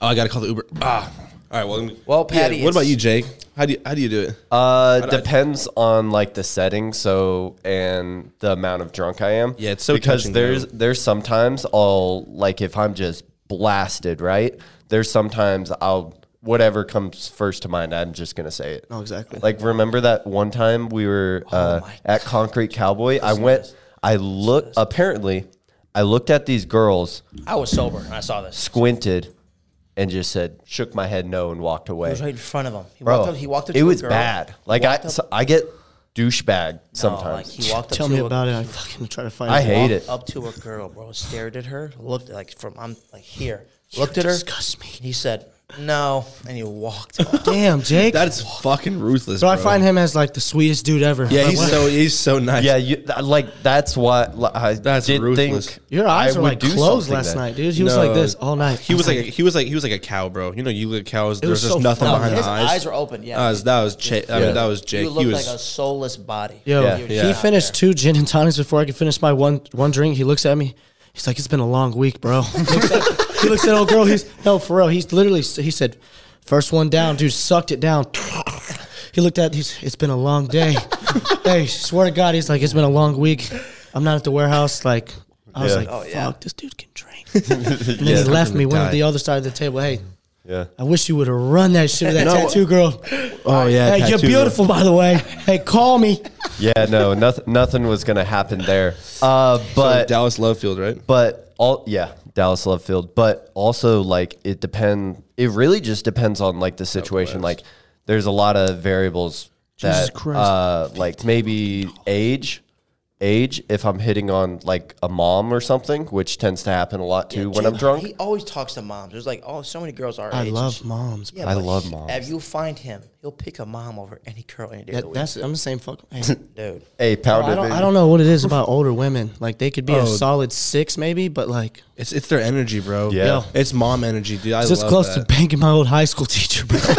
[SPEAKER 4] I gotta call the Uber. Ah. All right. Well. let me-
[SPEAKER 3] Well, Patty,
[SPEAKER 4] Yeah, what
[SPEAKER 3] it's-
[SPEAKER 4] about you, Jake? How do you, how do you do it?
[SPEAKER 2] Uh, depends on like the setting, so and the amount of drunk I am.
[SPEAKER 4] Yeah, it's so
[SPEAKER 2] because
[SPEAKER 4] touch and
[SPEAKER 2] there's
[SPEAKER 4] go.
[SPEAKER 2] there's sometimes I'll like if I'm just blasted, right? There's sometimes I'll whatever comes first to mind, I'm just gonna say it.
[SPEAKER 5] No, exactly.
[SPEAKER 2] Like remember that one time we were uh,
[SPEAKER 3] my
[SPEAKER 2] at Concrete Cowboy. I went. I look. Apparently, I looked at these girls,
[SPEAKER 3] I was sober, and I saw this.
[SPEAKER 2] squinted, and just said, shook my head no, and walked away
[SPEAKER 3] It was right in front of him. He
[SPEAKER 2] bro.
[SPEAKER 3] walked up. He walked up.
[SPEAKER 2] it
[SPEAKER 3] to a
[SPEAKER 2] was
[SPEAKER 3] girl.
[SPEAKER 2] bad. Like I, so I get douchebag
[SPEAKER 3] No,
[SPEAKER 2] sometimes.
[SPEAKER 3] Like he walked up
[SPEAKER 5] Tell
[SPEAKER 3] to
[SPEAKER 5] me
[SPEAKER 3] a-
[SPEAKER 5] about it. I fucking try to find.
[SPEAKER 2] I
[SPEAKER 5] it.
[SPEAKER 2] hate it.
[SPEAKER 3] Up to a girl, bro. Stared at her. Looked like from I'm like here. Looked at her.
[SPEAKER 5] disgust me.
[SPEAKER 3] and He said no, and he walked. off.
[SPEAKER 5] Damn, Jake.
[SPEAKER 4] That is fucking ruthless.
[SPEAKER 5] Bro,
[SPEAKER 4] Bro,
[SPEAKER 5] I find him as like the sweetest dude ever.
[SPEAKER 4] Yeah,
[SPEAKER 5] Like,
[SPEAKER 4] he's
[SPEAKER 5] what-
[SPEAKER 4] so he's so nice.
[SPEAKER 2] yeah, you, th- like that's why li- I
[SPEAKER 4] That's
[SPEAKER 2] did
[SPEAKER 4] ruthless.
[SPEAKER 2] think
[SPEAKER 5] Your eyes
[SPEAKER 2] I
[SPEAKER 5] were
[SPEAKER 2] would
[SPEAKER 5] like
[SPEAKER 2] do
[SPEAKER 5] closed
[SPEAKER 2] something
[SPEAKER 5] last
[SPEAKER 2] that-
[SPEAKER 5] night, dude. He was like this all night.
[SPEAKER 4] He was like a, he was like he was like a cow, bro. You know, you look at cows.
[SPEAKER 5] was
[SPEAKER 4] There's just
[SPEAKER 5] so
[SPEAKER 4] nothing
[SPEAKER 5] funny.
[SPEAKER 4] behind
[SPEAKER 3] his
[SPEAKER 4] the eyes.
[SPEAKER 3] were open. Yeah,
[SPEAKER 4] That was that was, Cha- I
[SPEAKER 2] Yeah.
[SPEAKER 4] mean, that was Jake.
[SPEAKER 3] you
[SPEAKER 4] he
[SPEAKER 3] looked
[SPEAKER 4] was
[SPEAKER 3] like a soulless body.
[SPEAKER 5] yo,
[SPEAKER 2] Yeah.
[SPEAKER 3] You were
[SPEAKER 5] he
[SPEAKER 3] just out
[SPEAKER 5] finished
[SPEAKER 3] there.
[SPEAKER 5] two gin and tonics before I could finish my one one drink. He looks at me. He's like, it's been a long week, bro. he looks at, he looks at old girl. He's no, for real. He's literally he said, first one down, dude, sucked it down. He looked at. He's, it's been a long day. hey, swear to God, he's like, it's been a long week. I'm not at the warehouse. Like, I was
[SPEAKER 2] Yeah.
[SPEAKER 5] like,
[SPEAKER 3] Oh,
[SPEAKER 5] fuck,
[SPEAKER 3] yeah.
[SPEAKER 5] this dude can drink. and then
[SPEAKER 2] Yeah.
[SPEAKER 5] he left me. Went
[SPEAKER 4] Die.
[SPEAKER 5] to the other side of the table. Hey,
[SPEAKER 2] Yeah,
[SPEAKER 5] I wish you would have run that shit with that
[SPEAKER 4] No.
[SPEAKER 5] tattoo girl.
[SPEAKER 4] oh yeah,
[SPEAKER 5] Hey, you're beautiful, by the way. Hey, call me.
[SPEAKER 2] yeah. No, nothing. Nothing was gonna happen there. Uh, but
[SPEAKER 4] Dallas Lovefield, right?
[SPEAKER 2] but all yeah, Dallas Love Field. But also like it depend. It really just depends on like the situation. Like there's a lot of variables that
[SPEAKER 5] Jesus Christ.
[SPEAKER 2] uh like maybe age age if I'm hitting on like a mom or something, which tends to happen a lot too when
[SPEAKER 3] Jim,
[SPEAKER 2] I'm drunk.
[SPEAKER 3] He always talks to moms. There's like, oh, so many girls are.
[SPEAKER 5] I love moms.
[SPEAKER 2] I love moms.
[SPEAKER 3] If you find him, he'll pick a mom over any girl any day of the
[SPEAKER 5] That,
[SPEAKER 3] week.
[SPEAKER 5] that's I'm the same fuck. Hey,
[SPEAKER 3] dude.
[SPEAKER 2] Hey, pound
[SPEAKER 5] I
[SPEAKER 2] it.
[SPEAKER 5] don't I
[SPEAKER 2] baby.
[SPEAKER 5] don't know what it is about older women. Like they could be a
[SPEAKER 4] Oh.
[SPEAKER 5] solid six maybe, but like
[SPEAKER 4] It's it's their energy, bro.
[SPEAKER 2] Yeah. Yo.
[SPEAKER 4] It's mom energy, dude. I
[SPEAKER 5] it's just
[SPEAKER 4] love
[SPEAKER 5] close
[SPEAKER 4] that.
[SPEAKER 5] to banking my old high school teacher, bro.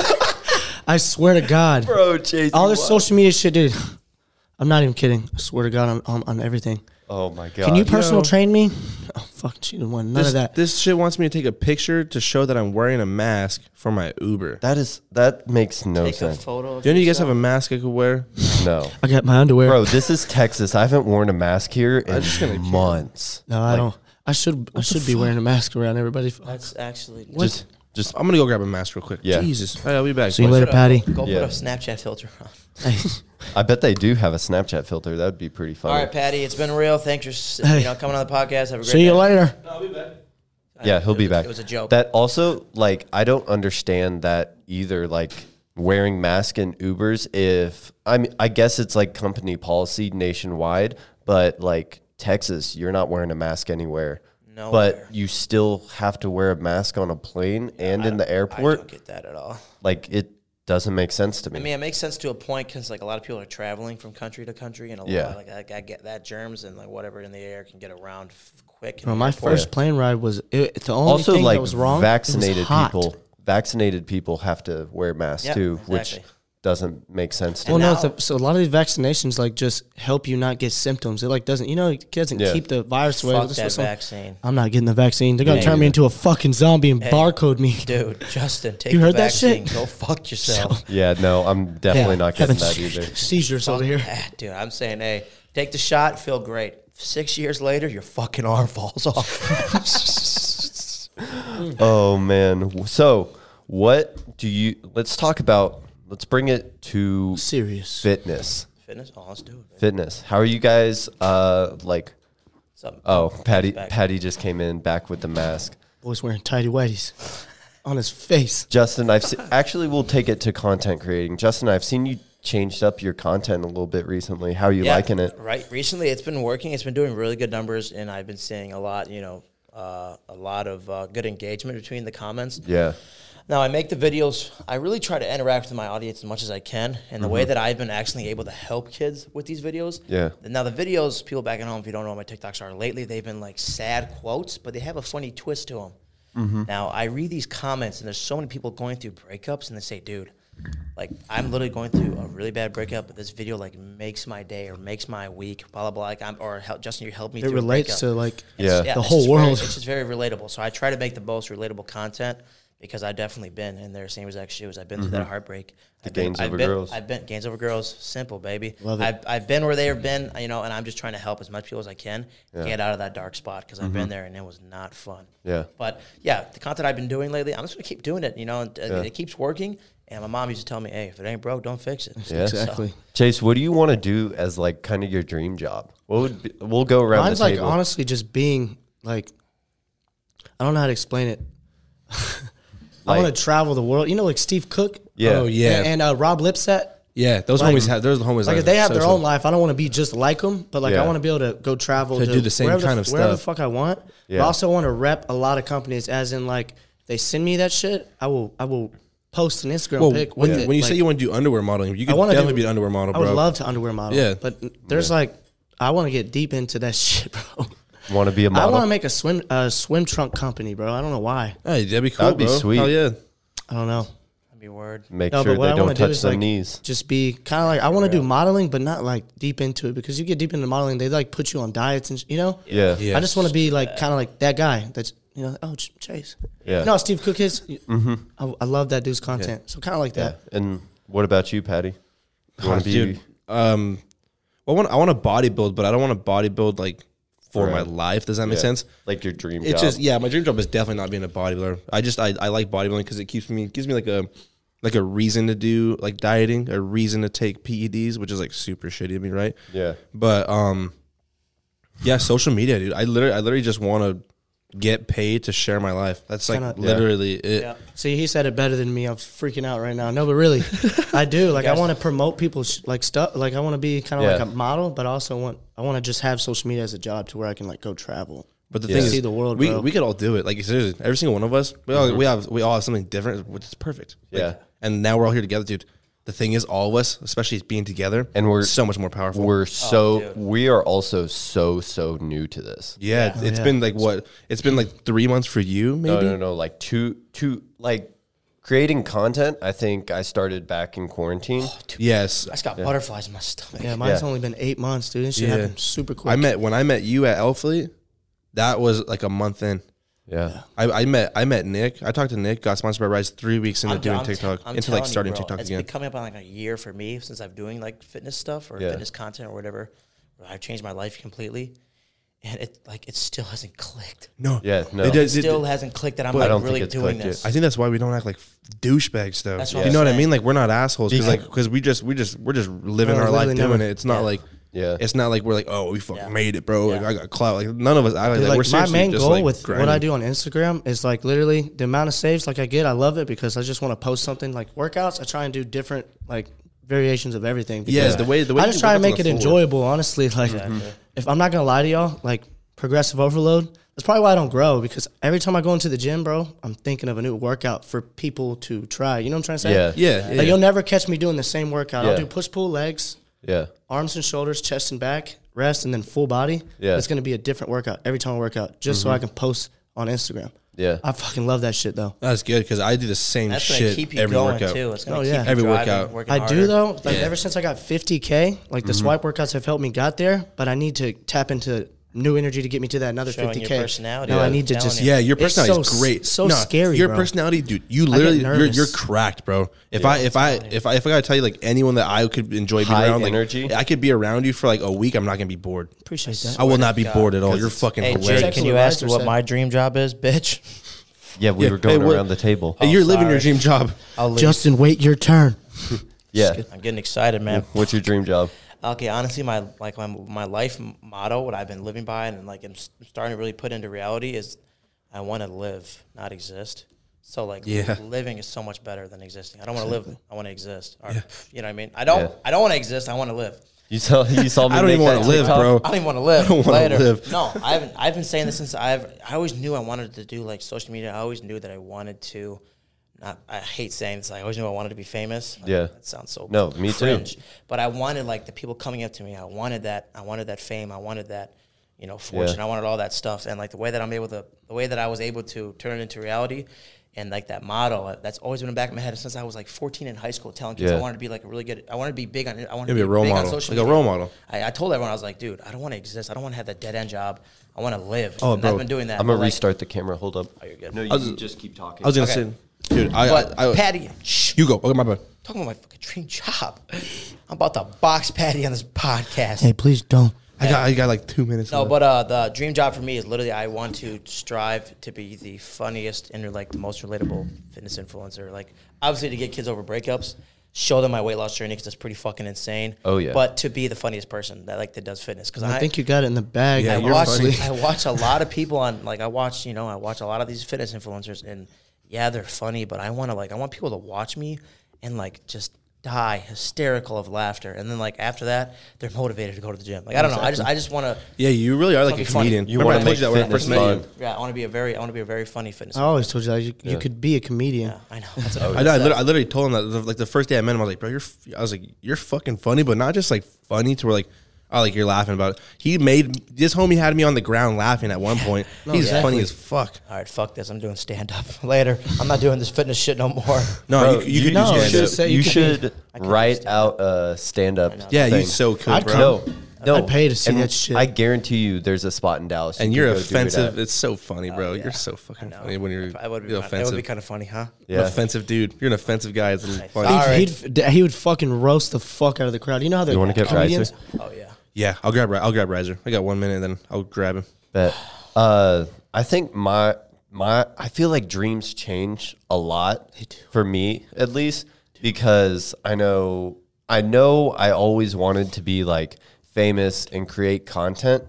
[SPEAKER 5] I swear to God,
[SPEAKER 2] Bro, Chase.
[SPEAKER 5] all
[SPEAKER 2] you
[SPEAKER 5] this
[SPEAKER 2] what?
[SPEAKER 5] social media shit, dude. I'm not even kidding. I swear to God, I'm, I'm on everything.
[SPEAKER 2] Oh my god.
[SPEAKER 5] Can you personal
[SPEAKER 4] Yo.
[SPEAKER 5] train me? Oh fuck, she didn't want none
[SPEAKER 4] This,
[SPEAKER 5] of that.
[SPEAKER 4] this shit wants me to take a picture to show that I'm wearing a mask for my Uber.
[SPEAKER 2] that is that makes no
[SPEAKER 3] Take a
[SPEAKER 2] sense.
[SPEAKER 3] photo. Of
[SPEAKER 4] Don't you guys
[SPEAKER 5] uh,
[SPEAKER 4] have a mask I could wear?
[SPEAKER 2] No.
[SPEAKER 5] I got my underwear.
[SPEAKER 2] Bro, this is Texas. I haven't worn a mask here in months.
[SPEAKER 5] no, I don't. I should I should be wearing a mask around everybody.
[SPEAKER 3] That's actually.
[SPEAKER 2] Just just
[SPEAKER 4] I'm gonna go grab a mask real quick.
[SPEAKER 2] Yeah.
[SPEAKER 4] Jesus. All right, I'll be back.
[SPEAKER 5] See you
[SPEAKER 4] boys.
[SPEAKER 5] later, Patty.
[SPEAKER 3] Go
[SPEAKER 2] Yeah.
[SPEAKER 3] put a Snapchat filter on.
[SPEAKER 2] I bet they do have a Snapchat filter. That would be pretty
[SPEAKER 3] All
[SPEAKER 2] funny.
[SPEAKER 3] right, Patty. It's been real. Thanks for s-
[SPEAKER 5] Hey.
[SPEAKER 3] you know coming on the podcast. Have a great.
[SPEAKER 5] See you
[SPEAKER 3] day.
[SPEAKER 5] later.
[SPEAKER 2] Yeah, he'll be
[SPEAKER 3] was-
[SPEAKER 2] back.
[SPEAKER 3] it was a joke.
[SPEAKER 2] That also, like, I don't understand that either. Like wearing mask in Ubers. If I mean, I guess it's like company policy nationwide, but like Texas, you're not wearing a mask anywhere.
[SPEAKER 3] Nowhere.
[SPEAKER 2] But you still have to wear a mask on a plane and in the
[SPEAKER 3] I don't
[SPEAKER 2] airport.
[SPEAKER 3] get that at all.
[SPEAKER 2] Like it doesn't make sense to me.
[SPEAKER 3] I mean, it makes sense to a point because like a lot of people are traveling from country to country, and a
[SPEAKER 2] Yeah.
[SPEAKER 3] lot like I, I get that germs and like whatever in the air can get around f- quick. in
[SPEAKER 5] Bro,
[SPEAKER 3] the
[SPEAKER 5] my
[SPEAKER 3] airport.
[SPEAKER 5] first plane ride was it, the only
[SPEAKER 2] also,
[SPEAKER 5] thing
[SPEAKER 2] like
[SPEAKER 5] that was wrong. it was
[SPEAKER 2] vaccinated
[SPEAKER 5] hot.
[SPEAKER 2] people, vaccinated people have to wear masks
[SPEAKER 3] Yeah,
[SPEAKER 2] too, which
[SPEAKER 3] exactly.
[SPEAKER 2] doesn't make sense to
[SPEAKER 5] Well,
[SPEAKER 2] me.
[SPEAKER 5] no,
[SPEAKER 3] now-
[SPEAKER 5] so- so a lot of these vaccinations like just help you not get symptoms. It like doesn't, you know, it doesn't
[SPEAKER 2] Yeah.
[SPEAKER 5] keep the virus away.
[SPEAKER 3] fuck
[SPEAKER 5] That's
[SPEAKER 3] that
[SPEAKER 5] what some-
[SPEAKER 3] vaccine,
[SPEAKER 5] I'm not getting the vaccine. They're gonna turn me into a fucking zombie and barcode me.
[SPEAKER 3] dude. Justin, take
[SPEAKER 5] You
[SPEAKER 3] the
[SPEAKER 5] heard that
[SPEAKER 3] vaccine.
[SPEAKER 5] shit?
[SPEAKER 3] Go fuck yourself.
[SPEAKER 2] Yeah, no, I'm definitely
[SPEAKER 5] Yeah,
[SPEAKER 2] not getting
[SPEAKER 5] having
[SPEAKER 2] that
[SPEAKER 5] se-
[SPEAKER 2] either.
[SPEAKER 5] Seizures over here.
[SPEAKER 3] Ah, dude, I'm saying, hey, take the shot. Feel great. Six years later, your fucking arm falls off.
[SPEAKER 2] Oh man. So, what do you? Let's talk about. Let's bring it to
[SPEAKER 5] Serious.
[SPEAKER 2] fitness.
[SPEAKER 3] Fitness. Oh, let's do it. man.
[SPEAKER 2] Fitness. How are you guys? Uh, like.
[SPEAKER 3] What's up?
[SPEAKER 2] Oh, Patty.
[SPEAKER 3] Back.
[SPEAKER 2] Patty just came in back with the mask.
[SPEAKER 5] Boy's wearing tidy whities on his face.
[SPEAKER 2] Justin, I've se- actually we'll take it to content creating. Justin, I've seen you changed up your content a little bit recently. How are you
[SPEAKER 3] Yeah,
[SPEAKER 2] liking it?
[SPEAKER 3] Right. Recently, it's been working. It's been doing really good numbers, and I've been seeing a lot. You know, uh, a lot of uh, good engagement between the comments.
[SPEAKER 2] Yeah.
[SPEAKER 3] Now I make the videos. I really try to interact with my audience as much as I can, and the way
[SPEAKER 5] Mm-hmm.
[SPEAKER 3] that I've been actually able to help kids with these videos.
[SPEAKER 2] Yeah.
[SPEAKER 3] Now the videos, people back at home, if you don't know what my TikToks are lately, they've been like sad quotes, but they have a funny twist to them.
[SPEAKER 5] Mm-hmm.
[SPEAKER 3] Now I read these comments, and there's so many people going through breakups, and they say, "Dude, like I'm literally going through a really bad breakup, but this video like makes my day or makes my week, blah blah blah." Like I'm or help, Justin, you helped me.
[SPEAKER 5] It
[SPEAKER 3] through a
[SPEAKER 5] relates to
[SPEAKER 3] breakup."
[SPEAKER 5] like
[SPEAKER 2] Yeah.
[SPEAKER 5] the
[SPEAKER 3] it's
[SPEAKER 5] whole
[SPEAKER 3] just very-
[SPEAKER 5] world.
[SPEAKER 3] it's just very relatable. So I try to make the most relatable content because I've definitely been in their same exact shoes. I've been through that heartbreak. The I've been,
[SPEAKER 2] gains
[SPEAKER 3] I've
[SPEAKER 2] Mm-hmm. over
[SPEAKER 3] been-
[SPEAKER 2] girls.
[SPEAKER 3] I've been gains over girls. Simple, baby.
[SPEAKER 5] Love it.
[SPEAKER 3] I've, I've been where they have been, you know, and I'm just trying to help as much people as I can get out of that dark spot because I've been there and it was not fun.
[SPEAKER 2] Mm-hmm. Yeah.
[SPEAKER 3] But yeah, the content I've been doing lately, I'm just gonna keep doing it, you know, and uh, it keeps working. And my mom used to tell me, "Hey, if it ain't broke, don't fix it."
[SPEAKER 2] Yeah.
[SPEAKER 5] exactly.
[SPEAKER 2] Chase, what do you want to do as like kind of your dream job? What would be, we'll go around
[SPEAKER 5] Mine's
[SPEAKER 2] the
[SPEAKER 5] like
[SPEAKER 2] table.
[SPEAKER 5] honestly just being like, I don't know how to explain it. I
[SPEAKER 2] Like-
[SPEAKER 5] want to travel the world. You know, like Steve Cook.
[SPEAKER 2] yeah.
[SPEAKER 4] Oh, yeah.
[SPEAKER 5] And, and uh, Rob Lipset.
[SPEAKER 4] Yeah, those
[SPEAKER 5] Like-
[SPEAKER 4] homies have those homies.
[SPEAKER 5] Like
[SPEAKER 4] are
[SPEAKER 5] if they have their
[SPEAKER 4] so-
[SPEAKER 5] own life, I don't want to be just like them, but like
[SPEAKER 2] Yeah.
[SPEAKER 5] I want to be able to go travel
[SPEAKER 4] To do the same
[SPEAKER 5] wherever
[SPEAKER 4] kind
[SPEAKER 5] the,
[SPEAKER 4] of
[SPEAKER 5] wherever the
[SPEAKER 4] stuff.
[SPEAKER 5] fuck I want. But
[SPEAKER 2] Yeah.
[SPEAKER 5] I also want to rep a lot of companies, as in like they send me that shit, I will I will post an Instagram
[SPEAKER 4] Well,
[SPEAKER 5] pic.
[SPEAKER 4] when,
[SPEAKER 5] with
[SPEAKER 4] you-
[SPEAKER 5] it.
[SPEAKER 4] when you
[SPEAKER 5] Like,
[SPEAKER 4] say you want to do underwear modeling, you
[SPEAKER 5] I
[SPEAKER 4] could
[SPEAKER 5] wanna
[SPEAKER 4] definitely
[SPEAKER 5] do-
[SPEAKER 4] be an underwear model,
[SPEAKER 5] I
[SPEAKER 4] bro.
[SPEAKER 5] would love to underwear model.
[SPEAKER 4] Yeah.
[SPEAKER 5] but there's like I want to get deep into that shit, bro.
[SPEAKER 2] want to be a
[SPEAKER 5] I
[SPEAKER 2] model?
[SPEAKER 5] want to make a swim a swim trunk company, bro. I don't know why.
[SPEAKER 4] Hey, that'd be cool.
[SPEAKER 2] That'd be
[SPEAKER 4] bro.
[SPEAKER 2] sweet.
[SPEAKER 4] Hell yeah.
[SPEAKER 5] I don't know.
[SPEAKER 3] That'd be word.
[SPEAKER 2] make
[SPEAKER 5] No,
[SPEAKER 2] sure
[SPEAKER 5] but what
[SPEAKER 2] they
[SPEAKER 5] I
[SPEAKER 2] don't
[SPEAKER 5] want to do
[SPEAKER 2] touch
[SPEAKER 5] is
[SPEAKER 2] their
[SPEAKER 5] like
[SPEAKER 2] knees.
[SPEAKER 5] just be kind of like I want to do modeling, but not like deep into it because you get deep into modeling, they like put you on diets and sh- you know.
[SPEAKER 2] Yeah. Yeah.
[SPEAKER 5] I just want to be like kind of like that guy that's you know oh Ch- Chase.
[SPEAKER 2] Yeah.
[SPEAKER 5] You know how Steve Cook is. Mm-hmm. I, I love that dude's content. So kind of like that.
[SPEAKER 2] And what about you, Patty? You want to be
[SPEAKER 4] Dude, um, well, I want I want to body build, but I don't want to body build like for
[SPEAKER 2] Right.
[SPEAKER 4] my life. Does that make
[SPEAKER 2] yeah,
[SPEAKER 4] sense?
[SPEAKER 2] like your dream
[SPEAKER 4] It's
[SPEAKER 2] job?
[SPEAKER 4] just yeah, my dream job is definitely not being a bodybuilder. I just I, I like bodybuilding because it keeps me gives me like a like a reason to do like dieting, a reason to take PEDs, which is like super shitty of me, right?
[SPEAKER 2] Yeah.
[SPEAKER 4] But um, yeah, social media, dude. I literally I literally just want to get paid to share my life. That's like
[SPEAKER 5] Kinda-
[SPEAKER 4] literally it.
[SPEAKER 5] Yeah. See, he said it better than me. I'm freaking out right now. No, but really, I do. Like, I want to promote people's like stuff. Like, I want to be kind of
[SPEAKER 2] Yeah.
[SPEAKER 5] like a model, but I also want I want to just have social media as a job to where I can like go travel.
[SPEAKER 4] But the
[SPEAKER 5] Yeah.
[SPEAKER 4] thing
[SPEAKER 5] See
[SPEAKER 4] is,
[SPEAKER 5] the world,
[SPEAKER 4] we
[SPEAKER 5] bro.
[SPEAKER 4] we could all do it. Like seriously, every single one of us, we all we have we all have something different, which is perfect. Like,
[SPEAKER 2] Mhm. Yeah.
[SPEAKER 4] and now we're all here together, dude. The thing is, all of us, especially being together,
[SPEAKER 2] And we're-
[SPEAKER 4] so much more powerful.
[SPEAKER 2] We're so we are also so so new to this.
[SPEAKER 4] yeah,
[SPEAKER 5] Oh,
[SPEAKER 4] it's been like what? It's been like three months for you, maybe.
[SPEAKER 2] No, no, no. Like two two like creating content. I think I started back in quarantine.
[SPEAKER 4] Yes,
[SPEAKER 3] I just got butterflies in my stomach.
[SPEAKER 5] Yeah, mine's
[SPEAKER 2] Yeah.
[SPEAKER 5] only been eight months, dude. This shit
[SPEAKER 4] Yeah.
[SPEAKER 5] happened super quick.
[SPEAKER 4] I met when I met you at Elfleet. That was like a month in.
[SPEAKER 2] Yeah.
[SPEAKER 4] I, I met I met Nick. I talked to Nick. Got sponsored by Rise three weeks into
[SPEAKER 3] I'm-
[SPEAKER 4] doing
[SPEAKER 3] I'm t-
[SPEAKER 4] TikTok
[SPEAKER 3] I'm
[SPEAKER 4] into
[SPEAKER 3] telling
[SPEAKER 4] like
[SPEAKER 3] you,
[SPEAKER 4] starting
[SPEAKER 3] bro,
[SPEAKER 4] TikTok
[SPEAKER 3] it's
[SPEAKER 4] again.
[SPEAKER 3] been coming up on like a year for me since I've doing like fitness stuff or
[SPEAKER 2] Yeah.
[SPEAKER 3] fitness content or whatever. I've changed my life completely, and it like it still hasn't clicked.
[SPEAKER 4] no,
[SPEAKER 2] Yeah, no.
[SPEAKER 4] It does- it-
[SPEAKER 3] Still hasn't clicked that I'm
[SPEAKER 2] I
[SPEAKER 3] like
[SPEAKER 2] don't think
[SPEAKER 3] really
[SPEAKER 2] it's
[SPEAKER 3] doing
[SPEAKER 2] clicked yet.
[SPEAKER 3] this.
[SPEAKER 4] I think that's why we don't act like douchebags, though.
[SPEAKER 3] That's
[SPEAKER 4] Do
[SPEAKER 3] what
[SPEAKER 4] you
[SPEAKER 3] I'm
[SPEAKER 4] know what I
[SPEAKER 3] saying.
[SPEAKER 4] mean? Like we're not assholes because like
[SPEAKER 2] Because-
[SPEAKER 4] because we just we just we're just living
[SPEAKER 5] We're
[SPEAKER 4] our life
[SPEAKER 5] literally
[SPEAKER 4] doing
[SPEAKER 5] doing
[SPEAKER 4] it. It's not like
[SPEAKER 2] Yeah.
[SPEAKER 4] it's not like we're like oh we fucking
[SPEAKER 3] Yeah.
[SPEAKER 4] made it, bro. Like
[SPEAKER 3] Yeah.
[SPEAKER 4] I got clout. Like none of us. act like, that.
[SPEAKER 5] Dude,
[SPEAKER 4] we're
[SPEAKER 5] like my
[SPEAKER 4] seriously
[SPEAKER 5] main
[SPEAKER 4] just,
[SPEAKER 5] goal
[SPEAKER 4] like,
[SPEAKER 5] with what I
[SPEAKER 4] grinding.
[SPEAKER 5] do on Instagram is like literally the amount of saves like I get. I love it because I just want to post something like workouts. I try and do different like variations of everything.
[SPEAKER 4] Yeah,
[SPEAKER 5] because
[SPEAKER 4] the way- the way
[SPEAKER 5] I
[SPEAKER 4] you
[SPEAKER 5] just
[SPEAKER 4] do
[SPEAKER 5] try and
[SPEAKER 4] workouts on
[SPEAKER 5] make
[SPEAKER 4] the floor.
[SPEAKER 5] it
[SPEAKER 4] Mm-hmm.
[SPEAKER 5] enjoyable. Honestly, like if I'm not gonna lie to y'all, like progressive overload. That's probably why I don't grow because every time I go into the gym, bro, I'm thinking of a new workout for people to try. You know what I'm trying to say?
[SPEAKER 2] Yeah.
[SPEAKER 4] Yeah, yeah.
[SPEAKER 5] Like, you'll never catch me doing the same workout.
[SPEAKER 2] Yeah.
[SPEAKER 5] I'll do push pull legs,
[SPEAKER 2] Yeah.
[SPEAKER 5] arms and shoulders, chest and back, rest, and then full body.
[SPEAKER 2] Yeah.
[SPEAKER 5] It's gonna be a different workout every time I work out, just so I
[SPEAKER 4] Mm-hmm.
[SPEAKER 5] can post on Instagram.
[SPEAKER 2] Yeah.
[SPEAKER 5] I fucking love that shit though.
[SPEAKER 4] That's good because I do the same
[SPEAKER 3] That's gonna
[SPEAKER 4] shit
[SPEAKER 3] keep you
[SPEAKER 4] every
[SPEAKER 3] going
[SPEAKER 4] workout.
[SPEAKER 3] too. It's gonna
[SPEAKER 5] Oh,
[SPEAKER 3] keep
[SPEAKER 5] yeah.
[SPEAKER 3] you
[SPEAKER 4] Every
[SPEAKER 3] driving,
[SPEAKER 4] workout.
[SPEAKER 3] working
[SPEAKER 5] I
[SPEAKER 3] harder.
[SPEAKER 5] do though. Like
[SPEAKER 4] Yeah. Mm-hmm.
[SPEAKER 5] ever since I got 50k, like the swipe workouts have helped me got there, but I need to tap into new energy to get me to that another
[SPEAKER 3] Showing
[SPEAKER 5] 50k.
[SPEAKER 3] your personality,
[SPEAKER 5] No, I
[SPEAKER 3] I'm
[SPEAKER 5] need to
[SPEAKER 3] telling
[SPEAKER 5] just
[SPEAKER 3] you.
[SPEAKER 4] Yeah, your
[SPEAKER 5] It's
[SPEAKER 4] personality
[SPEAKER 5] so
[SPEAKER 4] is
[SPEAKER 5] s-
[SPEAKER 4] great.
[SPEAKER 5] So scary.
[SPEAKER 4] Your
[SPEAKER 5] bro.
[SPEAKER 4] personality, dude. You literally, you're
[SPEAKER 5] nervous.
[SPEAKER 4] you're cracked, bro. If I if I if I if I gotta tell you like anyone that I could enjoy being
[SPEAKER 2] High
[SPEAKER 4] around, like,
[SPEAKER 2] energy.
[SPEAKER 4] I could be around you for like a week. I'm not gonna be bored.
[SPEAKER 5] Appreciate that.
[SPEAKER 4] I will not be bored at all. You're fucking
[SPEAKER 3] Hey,
[SPEAKER 4] hilarious.
[SPEAKER 3] Jake, can
[SPEAKER 5] Exactly
[SPEAKER 3] you
[SPEAKER 5] what
[SPEAKER 3] ask
[SPEAKER 5] Lizer
[SPEAKER 3] what
[SPEAKER 5] said.
[SPEAKER 3] my dream job is, bitch?
[SPEAKER 2] Yeah. We
[SPEAKER 4] Yeah.
[SPEAKER 2] were going
[SPEAKER 4] Hey, what-
[SPEAKER 2] around the table.
[SPEAKER 4] Hey, you're living
[SPEAKER 3] sorry. Oh,
[SPEAKER 4] your dream job.
[SPEAKER 3] I'll leave.
[SPEAKER 5] Justin, wait your turn.
[SPEAKER 2] Yeah.
[SPEAKER 3] I'm getting excited, man.
[SPEAKER 2] What's your dream job?
[SPEAKER 3] Okay, honestly, my like my my life motto, what I've been living by, and like I'm s- starting to really put into reality is, I want to live, not exist. So like,
[SPEAKER 4] Yeah.
[SPEAKER 3] living is so much better than existing. I don't want to live. I want to exist. Or, You know what I mean? I don't.
[SPEAKER 2] Yeah.
[SPEAKER 3] I don't want to exist. I want to live.
[SPEAKER 2] You saw you saw me.
[SPEAKER 4] I don't
[SPEAKER 2] make
[SPEAKER 4] even
[SPEAKER 2] that
[SPEAKER 4] want to live,
[SPEAKER 2] TikTok?
[SPEAKER 4] bro.
[SPEAKER 3] I don't even want to live.
[SPEAKER 4] don't wanna
[SPEAKER 3] later.
[SPEAKER 4] live.
[SPEAKER 3] No, I haven't. I've been saying this since I've. I always knew I wanted to do like social media. I always knew that I wanted to. Not. I hate saying this. I always knew I wanted to be famous. Like,
[SPEAKER 2] Yeah.
[SPEAKER 3] That sounds so.
[SPEAKER 2] No, me too.
[SPEAKER 3] cringe. But I wanted like the people coming up to me. I wanted that. I wanted that fame. I wanted that. You know, fortune. I wanted all that stuff. And like the way that I'm able to, the way that I was able to turn it into reality. And like that model, uh, that's always been in the back of my head since I was like 14 in high school, telling kids
[SPEAKER 2] Yeah.
[SPEAKER 3] I wanted to be like a really good, I wanted to be big on, I wanted
[SPEAKER 4] Yeah,
[SPEAKER 3] to
[SPEAKER 4] be a role
[SPEAKER 3] big
[SPEAKER 4] model.
[SPEAKER 3] on social
[SPEAKER 4] Like a
[SPEAKER 3] media.
[SPEAKER 4] role model.
[SPEAKER 3] I, I told everyone I was like, dude, I don't want to exist. I don't want to have that dead end job. I want to live.
[SPEAKER 4] Oh,
[SPEAKER 3] and
[SPEAKER 4] bro.
[SPEAKER 3] I've been doing that.
[SPEAKER 2] I'm gonna
[SPEAKER 3] but, like- Oh,
[SPEAKER 2] restart the camera. Hold up.
[SPEAKER 3] you're good.
[SPEAKER 2] No, you
[SPEAKER 4] was-
[SPEAKER 2] can just keep talking.
[SPEAKER 4] I was gonna
[SPEAKER 3] Okay.
[SPEAKER 4] say, dude. I,
[SPEAKER 3] But
[SPEAKER 4] I, I
[SPEAKER 3] Patty, shh,
[SPEAKER 4] you go. Okay, my bad.
[SPEAKER 3] talking about my fucking dream job. I'm about to box Patty on this podcast.
[SPEAKER 5] Hey, please don't.
[SPEAKER 4] I got I got like two minutes.
[SPEAKER 3] No,
[SPEAKER 4] left.
[SPEAKER 3] but uh, the dream job for me is literally I want to strive to be the funniest and like the most relatable fitness influencer. Like obviously to get kids over breakups, show them my weight loss journey because that's pretty fucking insane.
[SPEAKER 2] Oh, yeah.
[SPEAKER 3] But to be the funniest person that like that does fitness because
[SPEAKER 5] I,
[SPEAKER 3] I,
[SPEAKER 5] think you got it in the bag.
[SPEAKER 4] Yeah,
[SPEAKER 3] I
[SPEAKER 4] you're
[SPEAKER 3] watch
[SPEAKER 4] funny.
[SPEAKER 3] I watch a lot of people on like I watch you know I watch a lot of these fitness influencers and yeah they're funny but I want to like I want people to watch me and like just die hysterical of laughter and then like after that they're motivated to go to the gym like I don't know I just I just want to
[SPEAKER 4] yeah, you really are like
[SPEAKER 3] I'll
[SPEAKER 4] a
[SPEAKER 3] be funny.
[SPEAKER 4] comedian.
[SPEAKER 2] You wanna
[SPEAKER 4] Remember I told
[SPEAKER 2] make
[SPEAKER 4] you that when I
[SPEAKER 2] fitness
[SPEAKER 4] first Oh. met you.
[SPEAKER 2] fun.
[SPEAKER 3] yeah I want to be a very I want to be a very funny fitness
[SPEAKER 5] I always told you that you, you could be a comedian.
[SPEAKER 3] influencer. I know that's a,
[SPEAKER 4] I, know, I, literally, I literally told him that the- like the first day I met him, I was like, bro, you're. f- I was like, you're fucking funny, but not just like funny to where like, oh, like you're laughing about. It. He made this homie had me on the ground laughing at one point. He's
[SPEAKER 5] exactly.
[SPEAKER 4] funny as fuck.
[SPEAKER 3] all right fuck this I'm doing stand up later I'm not doing this fitness shit no more
[SPEAKER 4] No,
[SPEAKER 2] Bro,
[SPEAKER 4] you, c- you, could
[SPEAKER 5] know,
[SPEAKER 4] do
[SPEAKER 5] it's
[SPEAKER 4] stand
[SPEAKER 5] just-
[SPEAKER 4] up.
[SPEAKER 5] say
[SPEAKER 2] you,
[SPEAKER 5] you could be-
[SPEAKER 2] should write out a stand up.
[SPEAKER 4] Yeah, you so could,
[SPEAKER 5] I'd
[SPEAKER 4] bro.
[SPEAKER 5] come.
[SPEAKER 2] No, no.
[SPEAKER 5] I'd pay to see
[SPEAKER 2] And
[SPEAKER 5] that shit.
[SPEAKER 2] I guarantee you, there's a spot in Dallas.
[SPEAKER 4] And
[SPEAKER 2] you could
[SPEAKER 4] you're
[SPEAKER 2] go do it
[SPEAKER 4] offensive.
[SPEAKER 2] at.
[SPEAKER 4] It's so funny, bro. You're so fucking
[SPEAKER 3] No.
[SPEAKER 4] funny when you're,
[SPEAKER 3] Oh, I would be
[SPEAKER 4] you're
[SPEAKER 3] kind- it would be
[SPEAKER 4] offensive.
[SPEAKER 3] kind of funny huh
[SPEAKER 4] You're an
[SPEAKER 2] Yeah.
[SPEAKER 4] offensive dude. You're an offensive guy. It's funny.
[SPEAKER 3] All right.
[SPEAKER 5] He'd, he'd, d- he would fucking roast the fuck out of the crowd. You know how the
[SPEAKER 2] You wanna get
[SPEAKER 5] comedians?
[SPEAKER 2] Riser?
[SPEAKER 3] oh yeah
[SPEAKER 4] Yeah, I'll grab. Ri- I'll grab Riser. I got one minute, then I'll grab him.
[SPEAKER 2] But uh, I think my my I feel like dreams change a lot for me at least because I know I know I always wanted to be like famous and create content,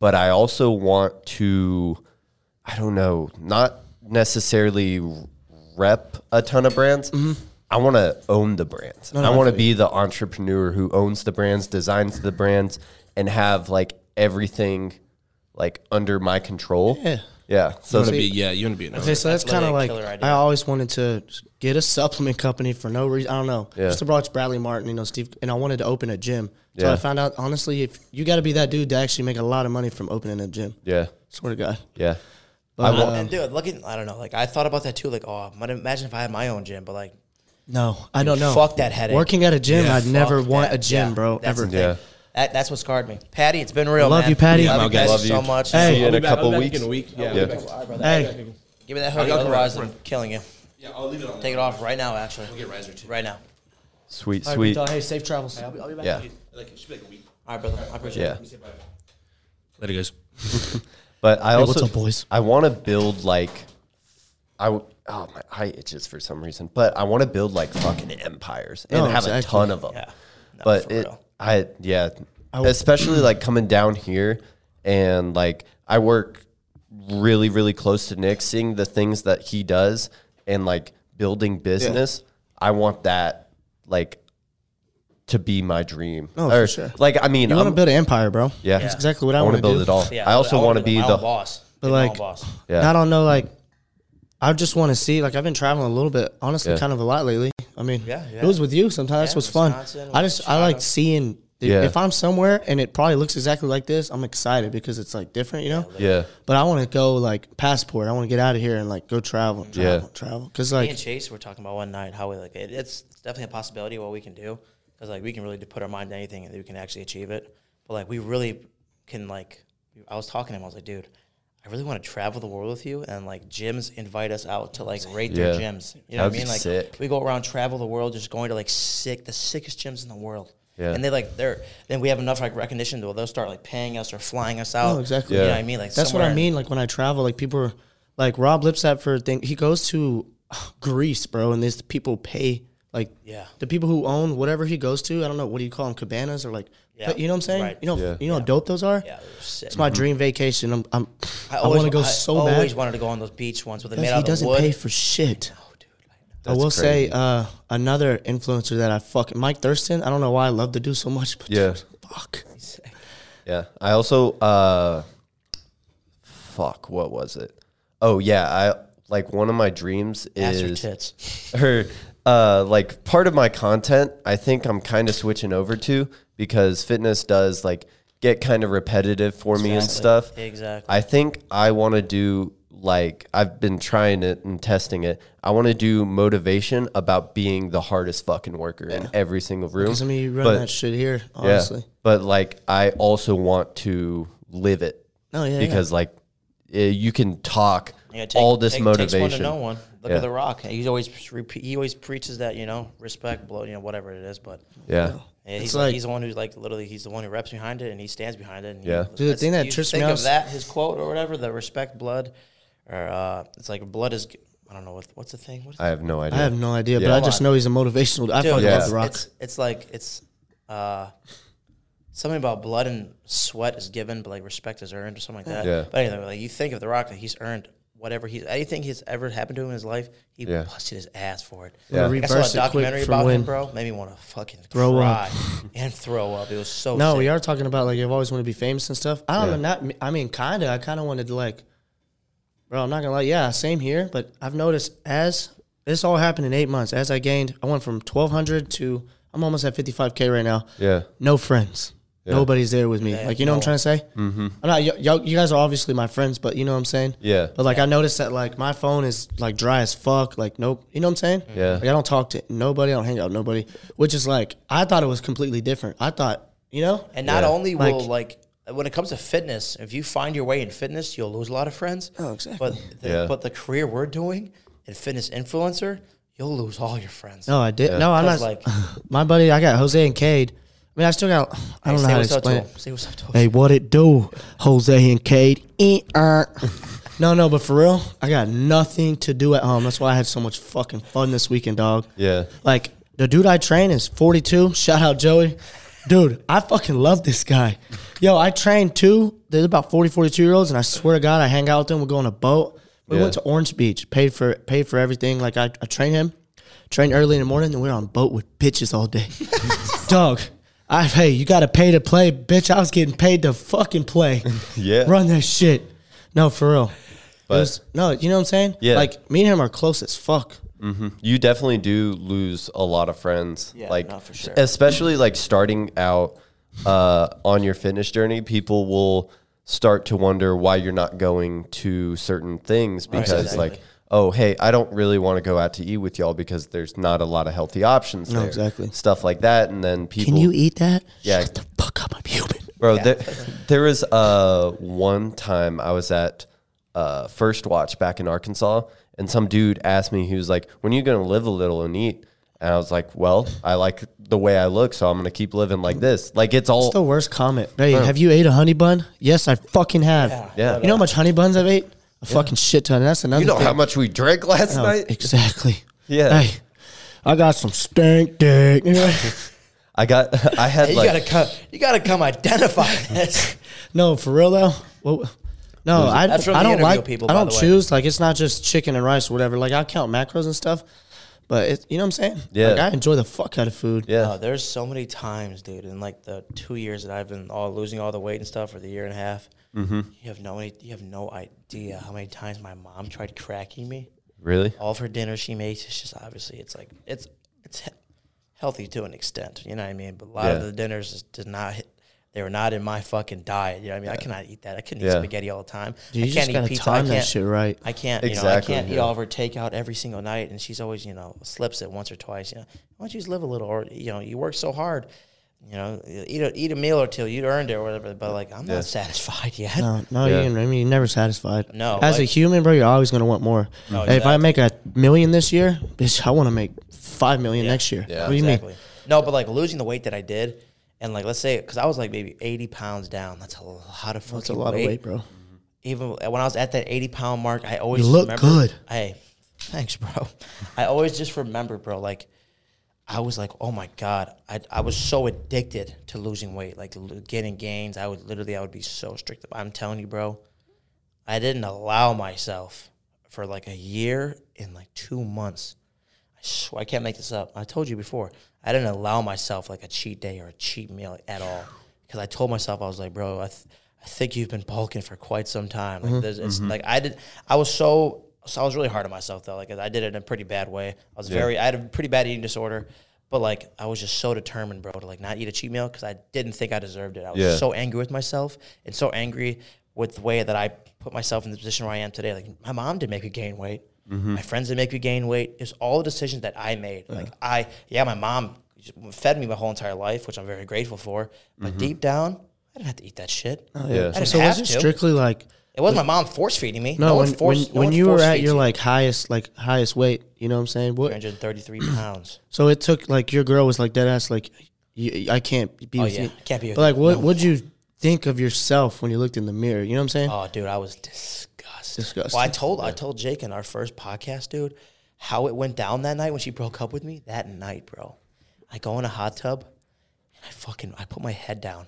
[SPEAKER 2] but I also want to I don't know, not necessarily rep a ton of brands.
[SPEAKER 4] Mm-hmm.
[SPEAKER 2] I want to own the brands. I want to be the entrepreneur who owns the brands, designs the brands, and have like everything like under my control.
[SPEAKER 5] Yeah.
[SPEAKER 2] Yeah. So
[SPEAKER 4] want to be yeah. You want to be an owner.
[SPEAKER 5] Okay, so that's kind
[SPEAKER 3] literally
[SPEAKER 5] of
[SPEAKER 3] a
[SPEAKER 5] like
[SPEAKER 3] killer idea.
[SPEAKER 5] I always wanted to get a supplement company for no reason. I don't know.
[SPEAKER 2] Yeah.
[SPEAKER 5] Just to watch Bradley Martin, you know, Steve, and I wanted to open a gym. So
[SPEAKER 2] Yeah.
[SPEAKER 5] I found out honestly, if you got to be that dude to actually make a lot of money from opening a gym.
[SPEAKER 2] yeah,
[SPEAKER 5] Swear to God.
[SPEAKER 2] yeah,
[SPEAKER 5] But,
[SPEAKER 3] Well,
[SPEAKER 5] uh,
[SPEAKER 4] um,
[SPEAKER 3] and dude, looking, I don't know. Like I thought about that too. Like, oh, I might imagine if I had my own gym, but like,
[SPEAKER 5] no, I don't know.
[SPEAKER 3] fuck that headache.
[SPEAKER 5] Working at a gym,
[SPEAKER 3] Yeah,
[SPEAKER 5] I'd never
[SPEAKER 3] fuck
[SPEAKER 5] want
[SPEAKER 3] that.
[SPEAKER 5] a gym,
[SPEAKER 3] Yeah,
[SPEAKER 5] bro.
[SPEAKER 3] that's
[SPEAKER 5] Ever.
[SPEAKER 3] the thing.
[SPEAKER 2] Yeah.
[SPEAKER 3] That, that's what scarred me, Patty. It's been real.
[SPEAKER 5] Love
[SPEAKER 3] man.
[SPEAKER 5] you, Patty.
[SPEAKER 4] Yeah,
[SPEAKER 3] Love
[SPEAKER 4] my
[SPEAKER 3] you guys
[SPEAKER 4] guy. Love
[SPEAKER 2] you.
[SPEAKER 3] so much.
[SPEAKER 5] Hey.
[SPEAKER 2] See you in a couple
[SPEAKER 4] back
[SPEAKER 2] weeks.
[SPEAKER 4] in a week. Yeah.
[SPEAKER 2] Yeah.
[SPEAKER 5] Hey,
[SPEAKER 3] Give me that hoodie,
[SPEAKER 4] got the
[SPEAKER 3] otherwise
[SPEAKER 4] wrap.
[SPEAKER 3] I'm killing you.
[SPEAKER 4] Yeah, I'll leave it on.
[SPEAKER 3] Take it off right now, actually.
[SPEAKER 4] Get riser too.
[SPEAKER 3] Right now.
[SPEAKER 2] sweet,
[SPEAKER 5] All right,
[SPEAKER 2] sweet.
[SPEAKER 5] Vito, hey, safe travels. I'll be, back.
[SPEAKER 2] Yeah,
[SPEAKER 4] Like it should be like a week.
[SPEAKER 3] All right, brother. I appreciate
[SPEAKER 2] yeah.
[SPEAKER 3] it.
[SPEAKER 4] Later, guys.
[SPEAKER 2] But I
[SPEAKER 5] Hey,
[SPEAKER 2] also
[SPEAKER 5] what's up, boys?
[SPEAKER 2] I want to build like I w- oh my eye itches for some reason, but I want to build like fucking empires and
[SPEAKER 5] No,
[SPEAKER 2] have a
[SPEAKER 5] exactly.
[SPEAKER 2] ton of them.
[SPEAKER 3] Yeah. No,
[SPEAKER 2] but
[SPEAKER 3] for
[SPEAKER 2] it,
[SPEAKER 3] real.
[SPEAKER 2] I yeah,
[SPEAKER 5] w-
[SPEAKER 2] especially like coming down here and like I work really really close to Nick, seeing the things that he does and like building business. I want that like to be my dream.
[SPEAKER 5] No, for sure.
[SPEAKER 2] Like I mean,
[SPEAKER 5] You want to
[SPEAKER 2] I'm,
[SPEAKER 5] build an empire, bro?
[SPEAKER 2] yeah,
[SPEAKER 5] that's exactly what I,
[SPEAKER 2] I
[SPEAKER 5] want to
[SPEAKER 2] build
[SPEAKER 5] do.
[SPEAKER 2] it all.
[SPEAKER 3] Yeah,
[SPEAKER 2] I also want to
[SPEAKER 3] wanna
[SPEAKER 2] be
[SPEAKER 3] my
[SPEAKER 2] the
[SPEAKER 3] own boss.
[SPEAKER 5] But
[SPEAKER 3] Be my own
[SPEAKER 5] like-
[SPEAKER 3] boss.
[SPEAKER 2] Yeah.
[SPEAKER 5] I don't know, like, I just want to see. Like, I've been traveling a little bit, honestly,
[SPEAKER 2] Yeah.
[SPEAKER 5] kind of a lot lately. I mean,
[SPEAKER 3] Yeah, yeah.
[SPEAKER 5] it was with you sometimes.
[SPEAKER 3] Yeah,
[SPEAKER 5] That's what's fun.
[SPEAKER 3] Wisconsin,
[SPEAKER 5] I just, I like
[SPEAKER 3] Chicago.
[SPEAKER 5] seeing. the-
[SPEAKER 2] Yeah.
[SPEAKER 5] If I'm somewhere and it probably looks exactly like this, I'm excited because it's like different, you know.
[SPEAKER 2] yeah.
[SPEAKER 5] But I want to go like passport. I want to get out of here and like go travel, travel,
[SPEAKER 2] Yeah.
[SPEAKER 5] travel. Because
[SPEAKER 3] Me
[SPEAKER 5] like,
[SPEAKER 3] and Chase were talking about one night how we like it, it's it's definitely a possibility of what we can do because like we can really put our mind to anything and we can actually achieve it. But like we really can like I was talking to him. I was like, dude, I really want to travel the world with you and like gyms invite us out to like rate their
[SPEAKER 2] Yeah.
[SPEAKER 3] gyms. You know
[SPEAKER 2] That'd
[SPEAKER 3] what I
[SPEAKER 2] be
[SPEAKER 3] mean? Like
[SPEAKER 2] sick.
[SPEAKER 3] we go around travel the world, just going to like sick the sickest gyms in the world.
[SPEAKER 2] Yeah.
[SPEAKER 3] And they like they're then we have enough like recognition to where they'll start like paying us or flying us out.
[SPEAKER 5] Oh, exactly.
[SPEAKER 3] You know
[SPEAKER 2] Yeah.
[SPEAKER 3] what I mean? Like
[SPEAKER 5] That's what
[SPEAKER 3] somewhere
[SPEAKER 5] I
[SPEAKER 3] in-
[SPEAKER 5] mean. Like when I travel, like people are like Rob Lipsap for a thing. He goes to Greece, bro, and these people pay like
[SPEAKER 3] Yeah.
[SPEAKER 5] the people who own whatever he goes to. I don't know what do you call them, cabanas or like
[SPEAKER 3] Yeah.
[SPEAKER 5] you know what I'm saying?
[SPEAKER 3] Right.
[SPEAKER 5] You know,
[SPEAKER 2] Yeah. Mm-hmm.
[SPEAKER 5] you know how dope those are.
[SPEAKER 3] Yeah, they're sick.
[SPEAKER 5] It's my dream vacation. I'm, I'm I,
[SPEAKER 3] always-
[SPEAKER 5] want to go so
[SPEAKER 3] I always
[SPEAKER 5] bad.
[SPEAKER 3] wanted to go on those beach ones where they made
[SPEAKER 5] He
[SPEAKER 3] out of
[SPEAKER 5] doesn't
[SPEAKER 3] wood.
[SPEAKER 5] pay for shit. I
[SPEAKER 2] That's
[SPEAKER 5] will say
[SPEAKER 2] crazy.
[SPEAKER 5] uh, another influencer that I fuck Mike Thurston. I don't know why I love to do so much, but
[SPEAKER 2] Yeah.
[SPEAKER 5] dude, fuck.
[SPEAKER 2] Yeah. I also uh fuck, what was it? Oh yeah, I like one of my dreams
[SPEAKER 3] Ass or
[SPEAKER 2] is
[SPEAKER 3] tits.
[SPEAKER 2] or uh like part of my content I think I'm kind of switching over to because fitness does like get kind of repetitive for me and
[SPEAKER 3] Exactly.
[SPEAKER 2] stuff.
[SPEAKER 3] Exactly.
[SPEAKER 2] I think I want to do like I've been trying it and testing it. I want to do motivation about being the hardest fucking worker in every single room.
[SPEAKER 5] Because I mean, you run
[SPEAKER 2] But-
[SPEAKER 5] that shit here,
[SPEAKER 2] yeah.
[SPEAKER 5] honestly.
[SPEAKER 2] But like, I also want to live it.
[SPEAKER 5] No, yeah, yeah.
[SPEAKER 2] Because like, eh, you can talk
[SPEAKER 3] Yeah, take-
[SPEAKER 2] all this
[SPEAKER 3] take-
[SPEAKER 2] motivation.
[SPEAKER 3] Takes one to know one. Look
[SPEAKER 2] Yeah.
[SPEAKER 3] at The Rock. He's always repeat, he always preaches that you know respect, blow, you know whatever it is. But
[SPEAKER 2] Yeah.
[SPEAKER 3] yeah, he's
[SPEAKER 5] It's
[SPEAKER 3] like,
[SPEAKER 5] like-
[SPEAKER 3] he's the one who's like literally he's the one who reps behind it and he stands behind it. And he-
[SPEAKER 2] Yeah.
[SPEAKER 3] that's-
[SPEAKER 5] Dude, the thing that
[SPEAKER 3] you
[SPEAKER 5] trips me
[SPEAKER 3] think
[SPEAKER 5] out
[SPEAKER 3] of
[SPEAKER 5] is-
[SPEAKER 3] that his quote or whatever the respect blood, or uh, it's like blood is I don't know what what's the thing. What is
[SPEAKER 2] I have no idea.
[SPEAKER 5] I have no idea,
[SPEAKER 2] Yeah.
[SPEAKER 5] but I just
[SPEAKER 3] on.
[SPEAKER 5] know he's a motivational. I
[SPEAKER 3] Dude,
[SPEAKER 5] fucking
[SPEAKER 2] yeah.
[SPEAKER 5] love The Rock.
[SPEAKER 3] It's, it's like it's uh, something about blood and sweat is given, but like respect is earned or something like that.
[SPEAKER 2] Yeah.
[SPEAKER 3] But anyway, like you think of The Rock, like he's earned whatever he's anything he's ever happened to him in his life, he
[SPEAKER 2] Yeah.
[SPEAKER 3] busted his ass for it.
[SPEAKER 2] Yeah.
[SPEAKER 5] I'm gonna
[SPEAKER 3] I saw a
[SPEAKER 5] reverse it quick
[SPEAKER 3] documentary
[SPEAKER 5] for
[SPEAKER 3] about
[SPEAKER 5] when-
[SPEAKER 3] him, bro. Made me want to fucking
[SPEAKER 5] Throw
[SPEAKER 3] cry
[SPEAKER 5] up.
[SPEAKER 3] and throw up. It was so
[SPEAKER 5] No,
[SPEAKER 3] sick.
[SPEAKER 5] we are talking about like I've always wanted to be famous and stuff. I don't know, not I mean, kinda. I kind of wanted to like, bro. I'm not gonna lie. Yeah, same here. But I've noticed as this all happened in eight months, as I gained, I went from 1,200 to I'm almost at 55k right now.
[SPEAKER 2] Yeah.
[SPEAKER 5] No friends. Nobody's there with me. like you know what I'm trying to say. Mm-hmm. I'm not. Y- y'all- you guys are obviously my friends, but you know what I'm saying.
[SPEAKER 2] Yeah.
[SPEAKER 5] But like I noticed that like my phone is like dry as fuck. Like nope. You know what I'm saying?
[SPEAKER 2] Yeah.
[SPEAKER 5] Like I don't talk to nobody. I don't hang out with nobody. Which is like I thought it was completely different. I thought you know.
[SPEAKER 3] And not
[SPEAKER 2] Yeah.
[SPEAKER 3] only
[SPEAKER 5] Like-
[SPEAKER 3] will like when it comes to fitness, if you find your way in fitness, you'll lose a lot of friends.
[SPEAKER 5] Oh, exactly.
[SPEAKER 3] But the,
[SPEAKER 2] Yeah.
[SPEAKER 3] but the career we're doing in fitness influencer, you'll lose all your friends.
[SPEAKER 5] No, I did. No, I'm not.
[SPEAKER 3] 'Cause, like-
[SPEAKER 5] my buddy, I got Jose and Cade. I mean, I still got. I don't know
[SPEAKER 3] Say
[SPEAKER 5] how to
[SPEAKER 3] what's up
[SPEAKER 5] explain.
[SPEAKER 3] him.
[SPEAKER 5] it.
[SPEAKER 3] Say what's up to him.
[SPEAKER 5] Hey, what it do, Jose and Cade? Eh, er. no, no, but for real, I got nothing to do at home. That's why I had so much fucking fun this weekend, dog.
[SPEAKER 2] Yeah.
[SPEAKER 5] Like the dude I train is 42. Shout out Joey. Dude, I fucking love this guy. Yo, I trained two. There's about 40, 42 year olds, and I swear to God, I hang out with them. We go on a boat. We
[SPEAKER 2] Yeah.
[SPEAKER 5] went to Orange Beach, paid for paid for everything. Like I, I trained him, trained early in the morning, and we were on a boat with bitches all day. Dog, I hey, you gotta pay to play, bitch. I was getting paid to fucking play.
[SPEAKER 2] Yeah.
[SPEAKER 5] Run that shit. No, for real.
[SPEAKER 2] But-
[SPEAKER 5] it was, no, you know what I'm saying?
[SPEAKER 2] Yeah.
[SPEAKER 5] Like me and him are close as fuck.
[SPEAKER 2] you definitely do lose a lot of friends.
[SPEAKER 3] Yeah,
[SPEAKER 2] like,
[SPEAKER 3] no, for sure.
[SPEAKER 2] especially like starting out uh, on your fitness journey, people will start to wonder why you're not going to certain things because,
[SPEAKER 3] Exactly.
[SPEAKER 2] like, oh, hey, I don't really want to go out to eat with y'all because there's not a lot of healthy options. there.
[SPEAKER 5] exactly.
[SPEAKER 2] Stuff like that, and then people
[SPEAKER 5] Can you eat that?
[SPEAKER 2] Yeah.
[SPEAKER 5] Shut the fuck up. I'm human.
[SPEAKER 2] bro. There, there was uh one time I was at uh First Watch back in Arkansas, and some dude asked me, he was like, "When are you gonna live a little and eat?" And I was like, "Well, I like the way I look, so I'm gonna keep living like this. Like it's all
[SPEAKER 5] That's the worst comment. Hey, have you ate a honey bun? Yes, I fucking have.
[SPEAKER 2] Yeah.
[SPEAKER 5] You know how much honey buns I've ate? A fucking shit ton. That's another.
[SPEAKER 2] you know
[SPEAKER 5] thing.
[SPEAKER 2] how much we drank last
[SPEAKER 5] Oh,
[SPEAKER 2] night.
[SPEAKER 5] Exactly.
[SPEAKER 2] Yeah.
[SPEAKER 5] Hey, I got some stink dick.
[SPEAKER 2] I got, I had
[SPEAKER 3] You
[SPEAKER 2] like,
[SPEAKER 3] gotta come. You gotta come identify this.
[SPEAKER 5] no, for real though. What- No, I,
[SPEAKER 3] That's from
[SPEAKER 5] I
[SPEAKER 3] the
[SPEAKER 5] don't
[SPEAKER 3] interview
[SPEAKER 5] like
[SPEAKER 3] people,
[SPEAKER 5] I
[SPEAKER 3] by
[SPEAKER 5] don't
[SPEAKER 3] the way.
[SPEAKER 5] choose. Like it's not just chicken and rice or whatever. Like I count macros and stuff. But it, you know what I'm saying?
[SPEAKER 2] Yeah.
[SPEAKER 5] Like I enjoy the fuck out of food.
[SPEAKER 2] yeah,
[SPEAKER 3] No, there's so many times, dude, in like the two years that I've been all losing all the weight and stuff, or the year and a half.
[SPEAKER 5] Mm-hmm.
[SPEAKER 3] You have no, you have no idea how many times my mom tried cracking me.
[SPEAKER 2] really,
[SPEAKER 3] All of her dinner she makes, it's just obviously it's like it's it's he- healthy to an extent. You know what I mean? But a lot of
[SPEAKER 2] Yeah.
[SPEAKER 3] the dinners just did not hit. They were not in my fucking diet. You know what I mean? I cannot eat that. I couldn't eat
[SPEAKER 2] Yeah.
[SPEAKER 3] spaghetti all the time.
[SPEAKER 5] Dude, you
[SPEAKER 3] I
[SPEAKER 5] just
[SPEAKER 3] can't
[SPEAKER 5] gotta
[SPEAKER 3] eat pizza. I
[SPEAKER 5] time
[SPEAKER 3] can't.
[SPEAKER 5] that shit right.
[SPEAKER 3] I can't,
[SPEAKER 2] Exactly,
[SPEAKER 3] you know, I can't eat
[SPEAKER 2] yeah.
[SPEAKER 3] all of her takeout every single night, and she's always, you know, slips it once or twice. You know, why don't you just live a little, or you know, you work so hard, you know, eat a eat a meal or two, you earned it or whatever. But like, I'm not satisfied yet.
[SPEAKER 5] No, no,
[SPEAKER 2] Yeah.
[SPEAKER 5] you know, I mean, you're never satisfied.
[SPEAKER 3] No,
[SPEAKER 5] as a
[SPEAKER 3] like-
[SPEAKER 5] human, bro, you're always gonna want more. Hey, If I
[SPEAKER 3] exactly.
[SPEAKER 5] make a million this year, bitch, I want to make five million next year.
[SPEAKER 2] Yeah.
[SPEAKER 5] what do you
[SPEAKER 3] exactly.
[SPEAKER 5] mean?
[SPEAKER 3] No, but like losing the weight that I did, and like let's say, because I was like maybe 80 pounds down. That's a lot of fucking
[SPEAKER 5] That's a lot of weight, bro.
[SPEAKER 3] even when I was at that 80 pound mark, I always
[SPEAKER 5] You look
[SPEAKER 3] remember,
[SPEAKER 5] good.
[SPEAKER 3] Hey, thanks, bro. I always just remember, bro, like I was like, oh my God. I, I was so addicted to losing weight, like l- getting gains. I would literally, I would be so strict. I'm telling you, bro, I didn't allow myself for like a year and like two months. I swear, I can't make this up. I told you before, I didn't allow myself like a cheat day or a cheat meal at all because I told myself I was like, bro, I, th- I think you've been bulking for quite some time. Like, there's, it's like I did. I was so, so I was really hard on myself though. Like I did it in a pretty bad way. I was very, I had a pretty bad eating disorder. But like I was just so determined, bro, to like not eat a cheat meal because I didn't think I deserved it. I was
[SPEAKER 2] Yeah.
[SPEAKER 3] so angry with myself and so angry with the way that I put myself in the position where I am today. Like my mom did make me gain weight.
[SPEAKER 5] Mm-hmm.
[SPEAKER 3] My friends did make me gain weight. It's all decisions that I made. Like I, yeah, my mom fed me my whole entire life, which I'm very grateful for. But deep down, I didn't have to eat that shit.
[SPEAKER 2] yeah.
[SPEAKER 3] I didn't
[SPEAKER 5] Mm-hmm. Oh, So
[SPEAKER 3] have
[SPEAKER 5] was it
[SPEAKER 3] to.
[SPEAKER 5] strictly like
[SPEAKER 3] it wasn't my mom force feeding me.
[SPEAKER 5] no,
[SPEAKER 3] No,
[SPEAKER 5] when
[SPEAKER 3] one forced.
[SPEAKER 5] when,
[SPEAKER 3] no
[SPEAKER 5] when
[SPEAKER 3] one
[SPEAKER 5] you were
[SPEAKER 3] force
[SPEAKER 5] at
[SPEAKER 3] feeds
[SPEAKER 5] your
[SPEAKER 3] you.
[SPEAKER 5] like highest like highest weight, you know what I'm saying? What?
[SPEAKER 3] 333 pounds.
[SPEAKER 5] So it took like your girl was like dead ass like, you, I can't be
[SPEAKER 3] Oh,
[SPEAKER 5] with
[SPEAKER 3] yeah.
[SPEAKER 5] you.
[SPEAKER 3] Can't be with
[SPEAKER 5] But like,
[SPEAKER 3] you.
[SPEAKER 5] what
[SPEAKER 3] No.
[SPEAKER 5] would you think of yourself when you looked in the mirror? You know what I'm saying?
[SPEAKER 3] Oh, dude, I was disgusted.
[SPEAKER 5] Disgusted.
[SPEAKER 3] Well, I told I told Jake in our first podcast, dude, how it went down that night when she broke up with me. That night, bro, I go in a hot tub and I fucking I put my head down,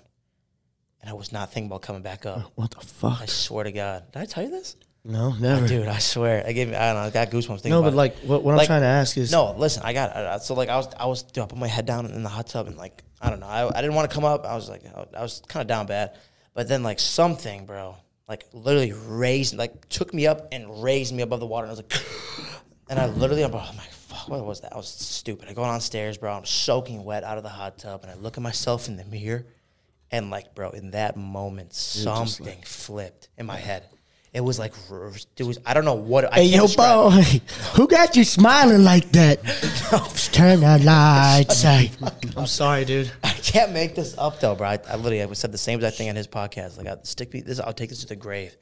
[SPEAKER 3] and I was not thinking about coming back up.
[SPEAKER 5] what the
[SPEAKER 3] I
[SPEAKER 5] fuck?
[SPEAKER 3] swear to God, did I tell you this,
[SPEAKER 5] No, never.
[SPEAKER 3] dude? I swear, I gave me I don't know, I got goosebumps thinking
[SPEAKER 5] No,
[SPEAKER 3] about
[SPEAKER 5] but
[SPEAKER 3] it.
[SPEAKER 5] like, what, what I'm
[SPEAKER 3] Like,
[SPEAKER 5] trying to ask is,
[SPEAKER 3] No, listen, I got I, I- so like I was I was dude, I put my head down in the hot tub and like I don't know I, I didn't want to come up I was like I, I was kind of down bad, but then like something, bro, like literally raised like took me up and raised me above the water and I was like, and I literally I'm, I'm like fuck what was that I was stupid I go downstairs bro I'm soaking wet out of the hot tub and I look at myself in the mirror, and like bro in that moment something flipped in my head. It was like, r- it was, I don't know what. I
[SPEAKER 5] Hey,
[SPEAKER 3] can't
[SPEAKER 5] yo,
[SPEAKER 3] describe it.
[SPEAKER 5] bro, who got you smiling like that? Turn the lights out. I'm sorry, dude.
[SPEAKER 3] I can't make this up though, bro. I, I literally I said the same exact thing on his podcast. Like, I stick me this. I'll take this to the grave.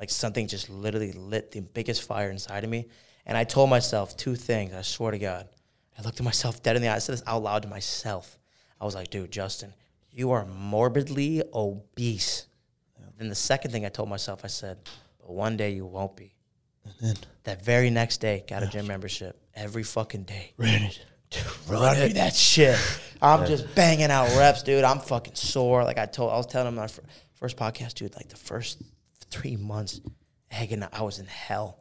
[SPEAKER 3] Like something just literally lit the biggest fire inside of me, and I told myself two things. I swear to God, I looked at myself dead in the eye. I said this out loud to myself. I was like, dude, Justin, you are morbidly obese. Then the second thing I told myself, I said, but one day you won't be. That very next day, got a gym membership every fucking day.
[SPEAKER 5] Ran it.
[SPEAKER 3] run me that shit. I'm just banging out reps, dude. I'm fucking sore. Like I told, I was telling him my fir- first podcast, dude. Like the first three months, hanging, I was in hell.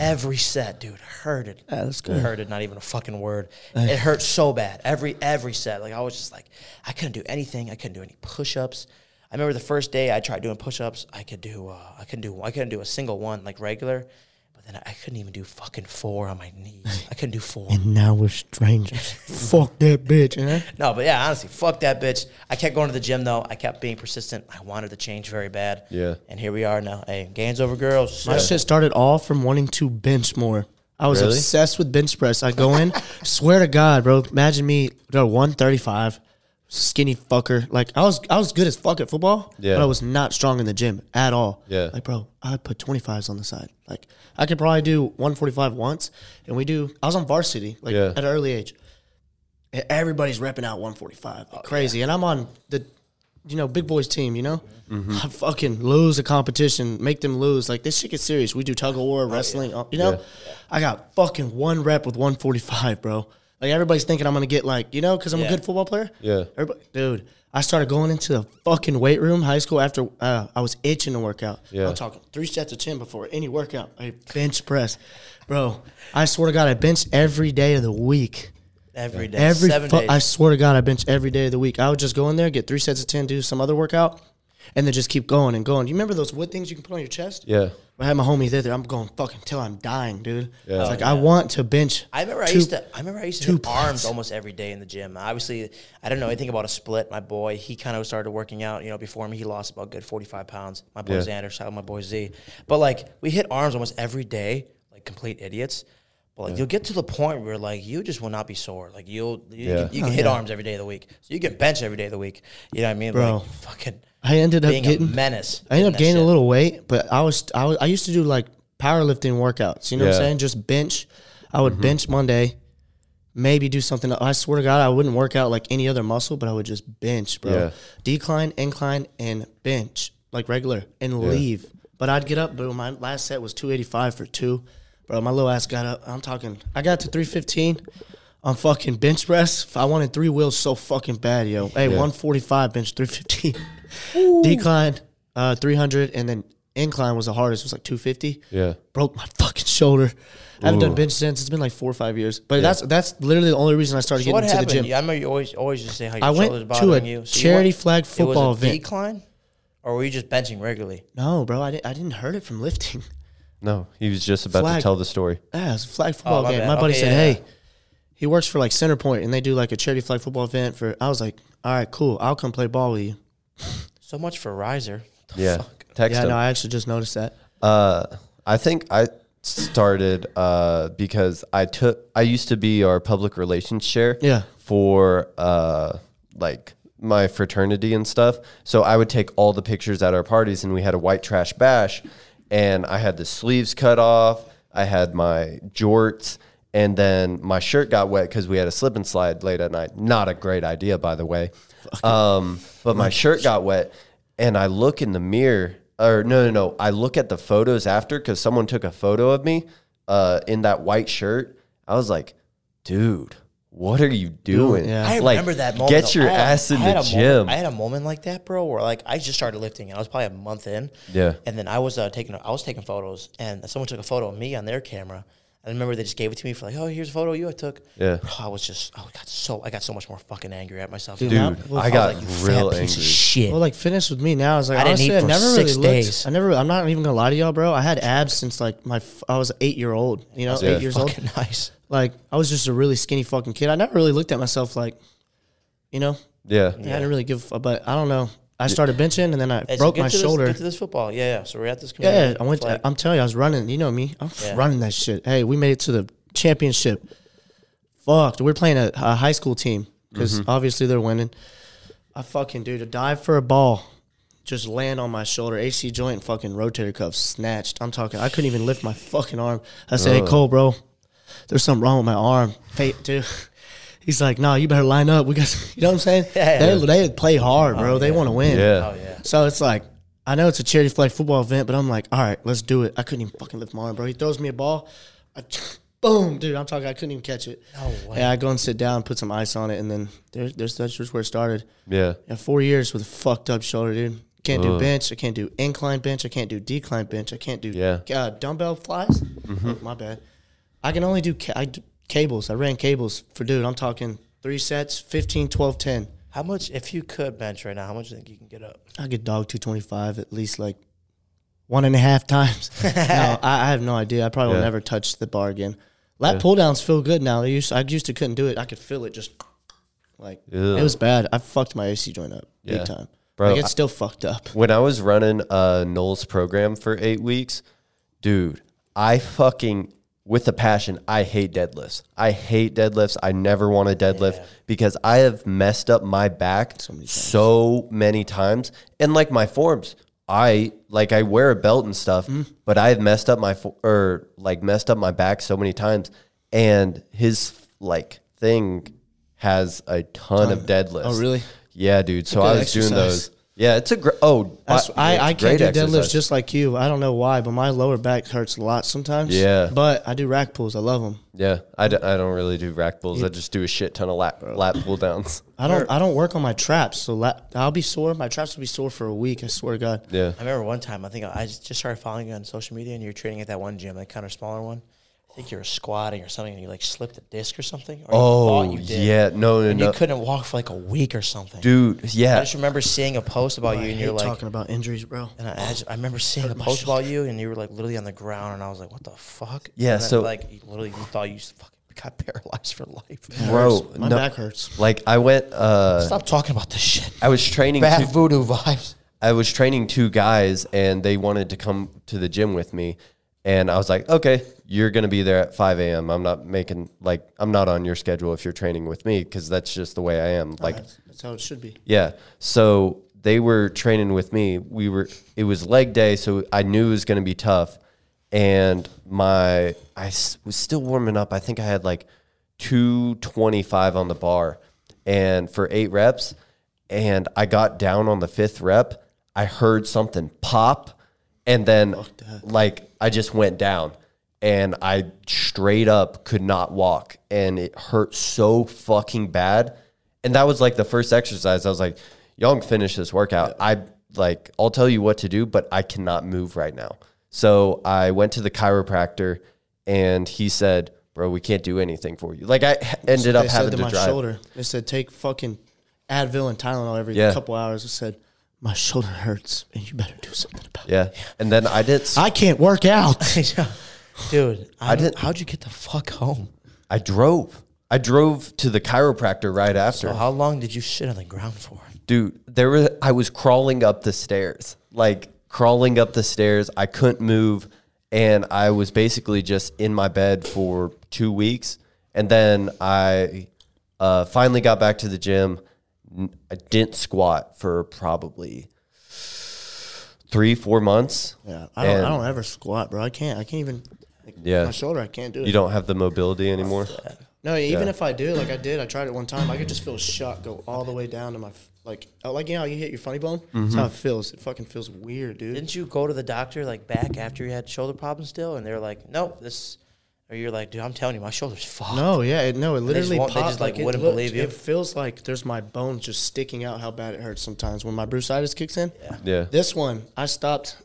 [SPEAKER 3] Every set, dude, hurted.
[SPEAKER 5] that's good.
[SPEAKER 3] Hurted, not even a fucking word. It hurt so bad. Every every set, like I was just like, I couldn't do anything. I couldn't do any push-ups. I remember the first day I tried doing push-ups. I could do, uh, I couldn't do, I couldn't do a single one like regular. But then I, I couldn't even do fucking four on my knees. I couldn't do four.
[SPEAKER 5] Now we're strangers. Fuck that bitch. eh?
[SPEAKER 3] No, but yeah, honestly, fuck that bitch. I kept going to the gym though. I kept being persistent. I wanted to change very bad.
[SPEAKER 2] Yeah.
[SPEAKER 3] And here we are now. Hey, gains over girls.
[SPEAKER 5] My shit started all from wanting to bench more. I was
[SPEAKER 2] Really?
[SPEAKER 5] obsessed with bench press. I go in, swear to God, bro. Imagine me, bro, one thirty five, skinny fucker. Like I was, I was good as fuck at football.
[SPEAKER 2] Yeah.
[SPEAKER 5] But I was not strong in the gym at all.
[SPEAKER 2] Yeah.
[SPEAKER 5] Like, bro, I put twenty fives on the side. Like I could probably do one forty five once, and we do. I was on varsity, like
[SPEAKER 2] Yeah.
[SPEAKER 5] at an early age. And everybody's repping out 145.
[SPEAKER 2] Oh,
[SPEAKER 5] Like crazy. And I'm on the, you know, big boys team, you know?
[SPEAKER 2] Mm-hmm.
[SPEAKER 5] I fucking lose a competition, make them lose. Like, this shit gets serious. We do tug of
[SPEAKER 2] Oh,
[SPEAKER 5] war, wrestling, uh, you know? I got fucking one rep with 145, bro. Like, everybody's thinking I'm going to get, like, you know, because I'm a
[SPEAKER 3] Yeah.
[SPEAKER 5] good football player.
[SPEAKER 2] Yeah.
[SPEAKER 5] Everybody, dude, I started going into the fucking weight room high school after uh, I was itching to work out.
[SPEAKER 2] Yeah.
[SPEAKER 5] I'm talking three sets of 10 before any workout. I bench press. Bro, I swear to God, I bench every day of the week.
[SPEAKER 3] every day.
[SPEAKER 5] Every
[SPEAKER 3] seven
[SPEAKER 5] fu-
[SPEAKER 3] days.
[SPEAKER 5] I swear to God, I bench every day of the week. I would just go in there, get three sets of ten, do some other workout, and then just keep going and going. You remember those wood things you can put on your chest?
[SPEAKER 2] Yeah.
[SPEAKER 5] I had my homie there. there, I'm going fucking till I'm dying, dude.
[SPEAKER 2] Yeah.
[SPEAKER 5] It's like I want to bench.
[SPEAKER 3] Oh, I remember I
[SPEAKER 5] two-
[SPEAKER 3] used to. I remember I used to hit
[SPEAKER 5] plates.
[SPEAKER 3] arms almost every day in the gym. Obviously, I don't know anything about a split. My boy, he kind of started working out. You know, before me, he lost about good forty five pounds. My boy
[SPEAKER 2] Yeah.
[SPEAKER 3] Xander, shout out my boy Z. But like, we hit arms almost every day, like complete idiots. But like, you'll get to the point where like you just will not be sore. Like you'll you,
[SPEAKER 2] Yeah.
[SPEAKER 5] Oh,
[SPEAKER 3] you can hit arms every day of the week. So you can bench every day of the week. You know what I mean,
[SPEAKER 5] Bro.
[SPEAKER 3] Like, fucking
[SPEAKER 5] I ended up
[SPEAKER 3] being a
[SPEAKER 5] getting.
[SPEAKER 3] menace.
[SPEAKER 5] I ended up
[SPEAKER 3] hitting that
[SPEAKER 5] gaining a
[SPEAKER 3] shit.
[SPEAKER 5] little weight, but I was I, was, I used to do like powerlifting workouts. You know what
[SPEAKER 2] Yeah. Mm-hmm.
[SPEAKER 5] I'm saying? Just bench. I would bench Monday, maybe do something. I swear to God, I wouldn't work out like any other muscle, but I would just bench, bro.
[SPEAKER 2] Yeah.
[SPEAKER 5] Decline, incline, and bench like regular, and leave. But I'd get up. Bro, my last set was 285 for two. Bro, my little ass got up. I'm talking. I got to 315. on fucking bench press. I wanted three wheels so fucking bad, yo. Hey, 145 bench, 315. Decline, uh, 300, and then incline was the hardest. It was like 250.
[SPEAKER 2] Yeah.
[SPEAKER 5] Broke my fucking shoulder. I haven't done bench since. It's been like four or five years. But that's that's literally the only reason I started
[SPEAKER 3] So what
[SPEAKER 5] getting to the
[SPEAKER 3] happened?
[SPEAKER 5] gym.
[SPEAKER 3] Yeah, I remember you always always just say how your
[SPEAKER 5] I went
[SPEAKER 3] shoulders
[SPEAKER 5] to a
[SPEAKER 3] bothering you. So you
[SPEAKER 5] charity
[SPEAKER 3] went-
[SPEAKER 5] flag
[SPEAKER 3] it
[SPEAKER 5] football
[SPEAKER 3] was a
[SPEAKER 5] event.
[SPEAKER 3] Decline, or were you just benching regularly?
[SPEAKER 5] No, bro, I didn't, I didn't hurt it from lifting.
[SPEAKER 2] No, he was just about
[SPEAKER 5] Flag.
[SPEAKER 2] to tell the story.
[SPEAKER 5] Yeah, it was a flag football
[SPEAKER 3] Oh, my
[SPEAKER 5] game.
[SPEAKER 3] bad.
[SPEAKER 5] My buddy
[SPEAKER 3] Okay,
[SPEAKER 5] said,
[SPEAKER 3] yeah,
[SPEAKER 5] hey,
[SPEAKER 3] yeah.
[SPEAKER 5] he works for like Center Point, and they do like a charity flag football event for. I was like, all right, cool. I'll come play ball with you.
[SPEAKER 3] So much for riser.
[SPEAKER 2] Yeah. Text
[SPEAKER 5] Yeah,
[SPEAKER 2] him.
[SPEAKER 5] no, I actually just noticed that.
[SPEAKER 2] Uh, I think I started uh, because I took I used to be our public relations chair
[SPEAKER 5] Yeah.
[SPEAKER 2] for uh, like my fraternity and stuff. So I would take all the pictures at our parties, and we had a white trash bash, and I had the sleeves cut off. I had my jorts. And then my shirt got wet because we had a slip and slide late at night. Not a great idea, by the way. Um, but my shirt got wet, and I look in the mirror, or no, no, no. I look at the photos after because someone took a photo of me uh, in that white shirt. I was like, dude, what are you doing?
[SPEAKER 5] Yeah.
[SPEAKER 3] I
[SPEAKER 2] Like,
[SPEAKER 3] remember that moment.
[SPEAKER 2] Get
[SPEAKER 3] though.
[SPEAKER 2] your
[SPEAKER 3] I had a-
[SPEAKER 2] ass in
[SPEAKER 3] I had
[SPEAKER 2] the
[SPEAKER 3] a moment-
[SPEAKER 2] gym.
[SPEAKER 3] I had a moment like that, bro, where like I just started lifting, and I was probably a month in.
[SPEAKER 2] Yeah.
[SPEAKER 3] And then I was uh, taking I was taking photos, and someone took a photo of me on their camera. I remember they just gave it to me for like, oh, here's a photo you I took.
[SPEAKER 2] Yeah.
[SPEAKER 3] Bro, I was just I got so I got so much more fucking angry at myself.
[SPEAKER 5] Dude,
[SPEAKER 2] Dude,
[SPEAKER 5] Well, I
[SPEAKER 2] I
[SPEAKER 5] was
[SPEAKER 2] got
[SPEAKER 3] like, you fat
[SPEAKER 2] real
[SPEAKER 3] piece
[SPEAKER 2] angry.
[SPEAKER 3] of shit.
[SPEAKER 5] Well, like fitness with me now is like
[SPEAKER 3] I didn't
[SPEAKER 5] honestly,
[SPEAKER 3] eat
[SPEAKER 5] I
[SPEAKER 3] for
[SPEAKER 5] never
[SPEAKER 3] six
[SPEAKER 5] really looked.
[SPEAKER 3] days.
[SPEAKER 5] I never. I'm not even gonna lie to y'all, bro. I had abs since like my f- I was eight year old. You know,
[SPEAKER 2] Yeah.
[SPEAKER 5] eight years old.
[SPEAKER 3] fucking nice.
[SPEAKER 5] Like I was just a really skinny fucking kid. I never really looked at myself like, you know,
[SPEAKER 2] Yeah.
[SPEAKER 5] I didn't really give. a f- But I don't know. I started benching and then I
[SPEAKER 3] Hey, so
[SPEAKER 5] broke
[SPEAKER 3] get
[SPEAKER 5] my
[SPEAKER 3] to this-
[SPEAKER 5] shoulder.
[SPEAKER 3] get to this football. Yeah, yeah. So we're at this.
[SPEAKER 5] yeah,
[SPEAKER 3] community
[SPEAKER 5] I went.
[SPEAKER 3] flag.
[SPEAKER 5] I'm telling you, I was running. You know me. I'm
[SPEAKER 3] Yeah.
[SPEAKER 5] running that shit. Hey, we made it to the championship. Fucked. We're playing a, a high school team because obviously they're winning. I fucking dude, a dive for a ball, just land on my shoulder, AC joint, fucking rotator cuff snatched. I'm talking. I couldn't even lift my fucking arm. I said, "Hey Cole, bro, there's something wrong with my arm." Hey, dude. He's like, "No, you better line up. We got." You know what I'm saying?
[SPEAKER 3] Yeah.
[SPEAKER 5] They they play hard, bro. They want to win.
[SPEAKER 2] Yeah.
[SPEAKER 3] oh yeah.
[SPEAKER 5] So it's like, I know it's a charity flag football event, but I'm like, all right, let's do it. I couldn't even fucking lift my arm, bro. He throws me a ball. I boom, dude. I'm talking. I couldn't even catch it. No way. Yeah, I go and sit down, put some ice on it, and then there, there's that's just where it started.
[SPEAKER 2] Yeah.
[SPEAKER 5] Yeah, four years with a fucked up shoulder, dude. Can't do bench. I can't do incline bench. I can't do decline bench. I can't do
[SPEAKER 2] Yeah.
[SPEAKER 5] uh, dumbbell flies. Oh, my bad. I can only do, ca- I d- cables. I ran cables for dude. I'm talking three sets, 15, 12, 10.
[SPEAKER 3] How much, if you could bench right now, how much do you think you can get up?
[SPEAKER 5] I could dog 225 at least like one and a half times. no, I, I have no idea. I probably
[SPEAKER 2] Yeah.
[SPEAKER 5] will never touch the bar again. Lat pull downs feel good now. They used, I used to couldn't do it. I could feel it just like
[SPEAKER 2] Ew.
[SPEAKER 5] it was bad. I fucked my AC joint up
[SPEAKER 2] Yeah.
[SPEAKER 5] big time.
[SPEAKER 2] Bro,
[SPEAKER 5] like
[SPEAKER 2] I-
[SPEAKER 5] it's still fucked up.
[SPEAKER 2] When I was running uh, Noel's program for eight weeks, dude, I fucking with a passion. I hate deadlifts. I hate deadlifts. I never want to deadlift because I have messed up my back so many, times, and like my forms. I like I wear a belt and stuff, but I've messed up my fo- or like messed up my back so many times. And his like thing has a ton, of deadlifts.
[SPEAKER 5] Oh, really?
[SPEAKER 2] Yeah, dude. So
[SPEAKER 5] Good
[SPEAKER 2] I was doing
[SPEAKER 5] exercise.
[SPEAKER 2] those. Yeah, it's a gr- oh,
[SPEAKER 5] That's, I,
[SPEAKER 2] it's
[SPEAKER 5] I can't
[SPEAKER 2] great
[SPEAKER 5] do
[SPEAKER 2] exercise.
[SPEAKER 5] deadlifts just like you. I don't know why, but my lower back hurts a lot sometimes.
[SPEAKER 2] Yeah.
[SPEAKER 5] But I do rack pulls. I love them.
[SPEAKER 2] yeah. I, d- I don't really do rack pulls. I just do a shit ton of lap lap pull downs.
[SPEAKER 5] I don't I don't work on my traps, so la- I'll be sore. My traps will be sore for a week. I swear to God.
[SPEAKER 2] Yeah,
[SPEAKER 3] I remember one time, I think I just just started following you on social media and you were training at that one gym, that kind of smaller one. I think you were squatting or something and you like slipped a disc or something. Or you
[SPEAKER 2] Oh,
[SPEAKER 3] thought you did.
[SPEAKER 2] yeah. No, no,
[SPEAKER 3] And
[SPEAKER 2] no.
[SPEAKER 3] you couldn't walk for like a week or something.
[SPEAKER 2] dude.
[SPEAKER 3] I
[SPEAKER 2] Yeah,
[SPEAKER 3] just remember seeing a post about you and you're
[SPEAKER 5] You're
[SPEAKER 3] like,
[SPEAKER 5] talking about injuries, bro.
[SPEAKER 3] and I, I, just, I remember seeing a post about you and you were like literally on the ground and I was like, what the fuck?
[SPEAKER 2] Yeah,
[SPEAKER 3] And then,
[SPEAKER 2] so-
[SPEAKER 3] like you literally you thought you s- fucking got paralyzed for life.
[SPEAKER 2] bro.
[SPEAKER 5] My
[SPEAKER 2] Oh, no.
[SPEAKER 5] back hurts.
[SPEAKER 2] Like I went. uh
[SPEAKER 3] Stop talking about this shit.
[SPEAKER 2] I was training. two-
[SPEAKER 3] Bad voodoo vibes.
[SPEAKER 2] I was training two guys and they wanted to come to the gym with me. And I was like, okay, you're going to be there at 5 a.m. I'm not making, like, I'm not on your schedule if you're training with me because that's just the way I am. Like,
[SPEAKER 5] That's how it should be.
[SPEAKER 2] yeah. So they were training with me. We were, it was leg day. So I knew it was going to be tough. And my, I s- was still warming up. I think I had like 225 on the bar and for eight reps. And I got down on the fifth rep. I heard something pop. And then, like, I just went down and I straight up could not walk. And it hurt so fucking bad. And that was like the first exercise. I was like, y'all can finish this workout. I like, I'll tell you what to do, but I cannot move right now. So I went to the chiropractor and he said, Bro, we can't do anything for you. Like, I h- ended up
[SPEAKER 5] they
[SPEAKER 2] having
[SPEAKER 5] said
[SPEAKER 2] to
[SPEAKER 5] my
[SPEAKER 2] drive.
[SPEAKER 5] shoulder. They said take fucking Advil and Tylenol every
[SPEAKER 2] Yeah.
[SPEAKER 5] couple hours. I said my shoulder hurts, and you better do something about it.
[SPEAKER 2] Yeah. And then I did,
[SPEAKER 5] I can't work out.
[SPEAKER 3] Dude, I, didn't.
[SPEAKER 2] didn't-
[SPEAKER 3] How'd you get the fuck home?
[SPEAKER 2] I drove. I drove to the chiropractor right after.
[SPEAKER 3] So how long did you sit on the ground for?
[SPEAKER 2] dude there was i was crawling up the stairs like crawling up the stairs i couldn't move and i was basically just in my bed for two weeks and then i uh, finally got back to the gym N- i didn't squat for probably three four months
[SPEAKER 5] yeah, Oh, I don't.
[SPEAKER 2] And-
[SPEAKER 5] I don't ever squat, bro. I can't. I can't even. Like,
[SPEAKER 2] Yeah.
[SPEAKER 5] my shoulder. I can't do it.
[SPEAKER 2] you don't have the mobility anymore
[SPEAKER 5] No, even if I do, like I did, I tried it one time. I could just feel a shot go all the way down to my f- like, oh, like you know, how you hit your funny bone.
[SPEAKER 2] Mm-hmm.
[SPEAKER 5] That's how it feels. It fucking feels weird, dude.
[SPEAKER 3] Didn't you go to the doctor like back after you had shoulder problems still? And they're like, nope, this. Or you're like, dude, I'm telling you, my shoulder's fucked.
[SPEAKER 5] No, yeah, it, no, it literally
[SPEAKER 3] won't- they
[SPEAKER 5] popped,
[SPEAKER 3] just, like,
[SPEAKER 5] it
[SPEAKER 3] wouldn't
[SPEAKER 5] looked-
[SPEAKER 3] believe you.
[SPEAKER 5] It feels like there's my bones just sticking out. How bad it hurts sometimes when my brucitis kicks in.
[SPEAKER 2] yeah
[SPEAKER 5] This one, I stopped.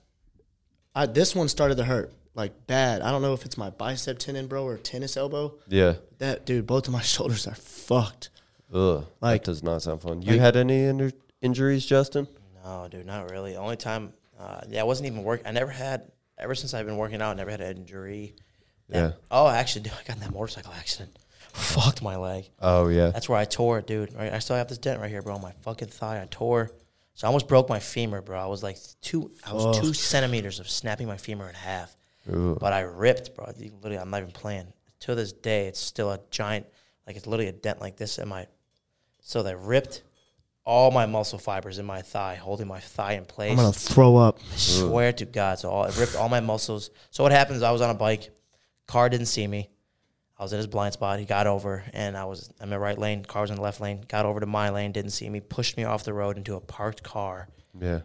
[SPEAKER 5] I this one started to hurt like bad. I don't know if it's my bicep tendon, bro, or tennis elbow.
[SPEAKER 2] yeah
[SPEAKER 5] That dude, both of my shoulders are fucked.
[SPEAKER 2] Ugh,
[SPEAKER 5] Like-
[SPEAKER 2] that does not sound fun you had any inju- injuries justin
[SPEAKER 3] No, dude, not really. The only time, uh, yeah, I wasn't even work. I never had, ever since I've been working out, I never had an injury. That-
[SPEAKER 2] Yeah.
[SPEAKER 3] Oh, actually, dude, I got in that motorcycle accident. Fucked my leg.
[SPEAKER 2] oh yeah
[SPEAKER 3] That's where I tore it, dude. Right, I still have this dent right here, bro. on My fucking thigh. I tore. So I almost broke my femur, bro. I was like two. I was two centimeters of snapping my femur in half. But I ripped, bro. You- Literally, I'm not even playing. To this day, it's still a giant. Like it's literally a dent like this in my. So they ripped all my muscle fibers in my thigh, holding my thigh in place.
[SPEAKER 5] I'm gonna throw up.
[SPEAKER 3] Swear to God. So all, it ripped all my muscles. So what happens? I was on a bike. Car didn't see me. I was in his blind spot. He got over, and I was I'm in the right lane. Car was in the left lane. Got over to my lane. Didn't see me. Pushed me off the road into a parked car.
[SPEAKER 2] yeah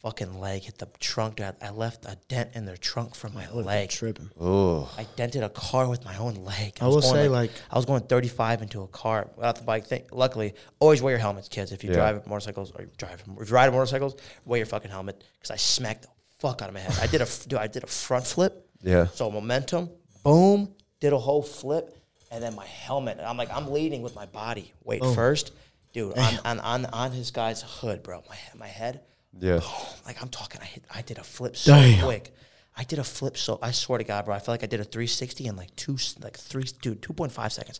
[SPEAKER 3] fucking leg hit the trunk. Dude, I, I left a dent in their trunk from my leg.
[SPEAKER 5] Tripping.
[SPEAKER 3] Oh. I dented a car with my own leg.
[SPEAKER 5] I will
[SPEAKER 3] was going,
[SPEAKER 5] say, like-
[SPEAKER 3] I was going 35 into a car without the bike. Thing. Luckily, always wear your helmets, kids. If you
[SPEAKER 2] Yeah.
[SPEAKER 3] drive motorcycles or you drive, if you ride motorcycles, wear your fucking helmet. Because I smacked the fuck out of my head. I did a dude, I did a front flip.
[SPEAKER 2] Yeah.
[SPEAKER 3] So momentum, boom, did a whole flip, and then my helmet. I'm like, I'm leading with my body weight
[SPEAKER 5] Oh.
[SPEAKER 3] first, dude. On, on on on his guy's hood, bro. My my head.
[SPEAKER 2] Yeah.
[SPEAKER 3] Like I'm talking, I hit, I did a flip so
[SPEAKER 5] Damn.
[SPEAKER 3] quick. I did a flip so I swear to God, bro. I feel like I did a 360 in like two, like three, dude, 2.5 seconds.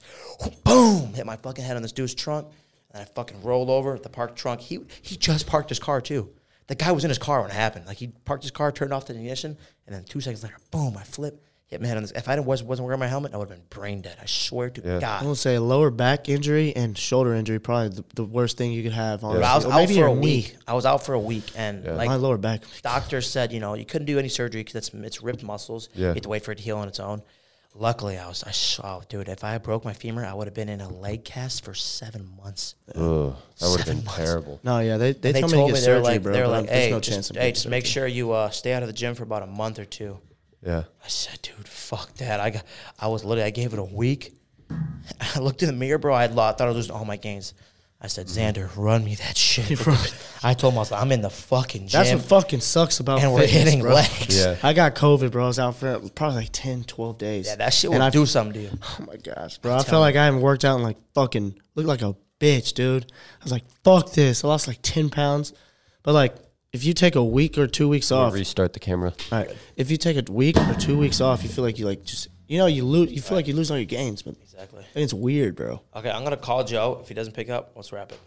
[SPEAKER 3] Boom! Hit my fucking head on this dude's trunk, and I fucking rolled over the parked trunk. He he just parked his car too. The guy was in his car when it happened. Like he parked his car, turned off the ignition, and then two seconds later, boom! I flip, hit my head on this. If I didn't, was wasn't wearing my helmet, I would have been brain dead. I swear to
[SPEAKER 5] I
[SPEAKER 3] God.
[SPEAKER 5] will say lower back injury and shoulder injury probably the, the worst thing you could have. Honestly.
[SPEAKER 3] But I was
[SPEAKER 5] Or
[SPEAKER 3] out
[SPEAKER 5] maybe
[SPEAKER 3] for
[SPEAKER 5] your
[SPEAKER 3] a
[SPEAKER 5] knee.
[SPEAKER 3] week. I was out for a week, and like
[SPEAKER 5] My lower back.
[SPEAKER 3] doctor said, you know, you couldn't do any surgery because it's, it's ripped muscles.
[SPEAKER 2] Yeah.
[SPEAKER 3] You have to wait for it to heal on its own. Luckily, I was, I saw, dude, if I broke my femur, I would have been in a leg cast for seven months.
[SPEAKER 2] Ugh, that would have
[SPEAKER 3] Seven
[SPEAKER 2] been
[SPEAKER 3] months.
[SPEAKER 2] terrible.
[SPEAKER 5] No, yeah, they they,
[SPEAKER 3] They
[SPEAKER 5] told,
[SPEAKER 3] told
[SPEAKER 5] me
[SPEAKER 3] me
[SPEAKER 5] to get
[SPEAKER 3] they were
[SPEAKER 5] surgery,
[SPEAKER 3] like,
[SPEAKER 5] bro.
[SPEAKER 3] they were
[SPEAKER 5] but
[SPEAKER 3] like,
[SPEAKER 5] there's
[SPEAKER 3] hey,
[SPEAKER 5] no chance
[SPEAKER 3] just,
[SPEAKER 5] of
[SPEAKER 3] hey, just make sure you uh, stay out of the gym for about a month or two.
[SPEAKER 2] Yeah.
[SPEAKER 3] I said, dude, fuck that. I got, I was literally, I gave it a week. I looked in the mirror, bro. I lo- I thought I was losing all my gains. I said,
[SPEAKER 5] Mm-hmm.
[SPEAKER 3] Xander, run me that shit. I told him, I was like, I'm in the fucking gym,
[SPEAKER 5] That's what fucking sucks about
[SPEAKER 3] and we're
[SPEAKER 5] fitness,
[SPEAKER 3] hitting
[SPEAKER 5] bro.
[SPEAKER 3] legs.
[SPEAKER 2] Yeah.
[SPEAKER 5] I got COVID, bro. I was out for probably like 10, 12 days.
[SPEAKER 3] Yeah, that shit
[SPEAKER 5] And
[SPEAKER 3] will
[SPEAKER 5] I-
[SPEAKER 3] do something to you.
[SPEAKER 5] Oh my gosh, bro! I felt like I haven't worked out in like fucking look like a bitch, dude. I was like, fuck this. I lost like ten pounds, but like if you take a week or two weeks off,
[SPEAKER 2] Restart the camera.
[SPEAKER 5] all right, if you take a week or two weeks off, you feel like you like just you know you lose you feel like you lose all your gains, but
[SPEAKER 3] Exactly.
[SPEAKER 5] and it's weird, bro.
[SPEAKER 3] Okay, I'm gonna call Joe. If he doesn't pick up, let's wrap it.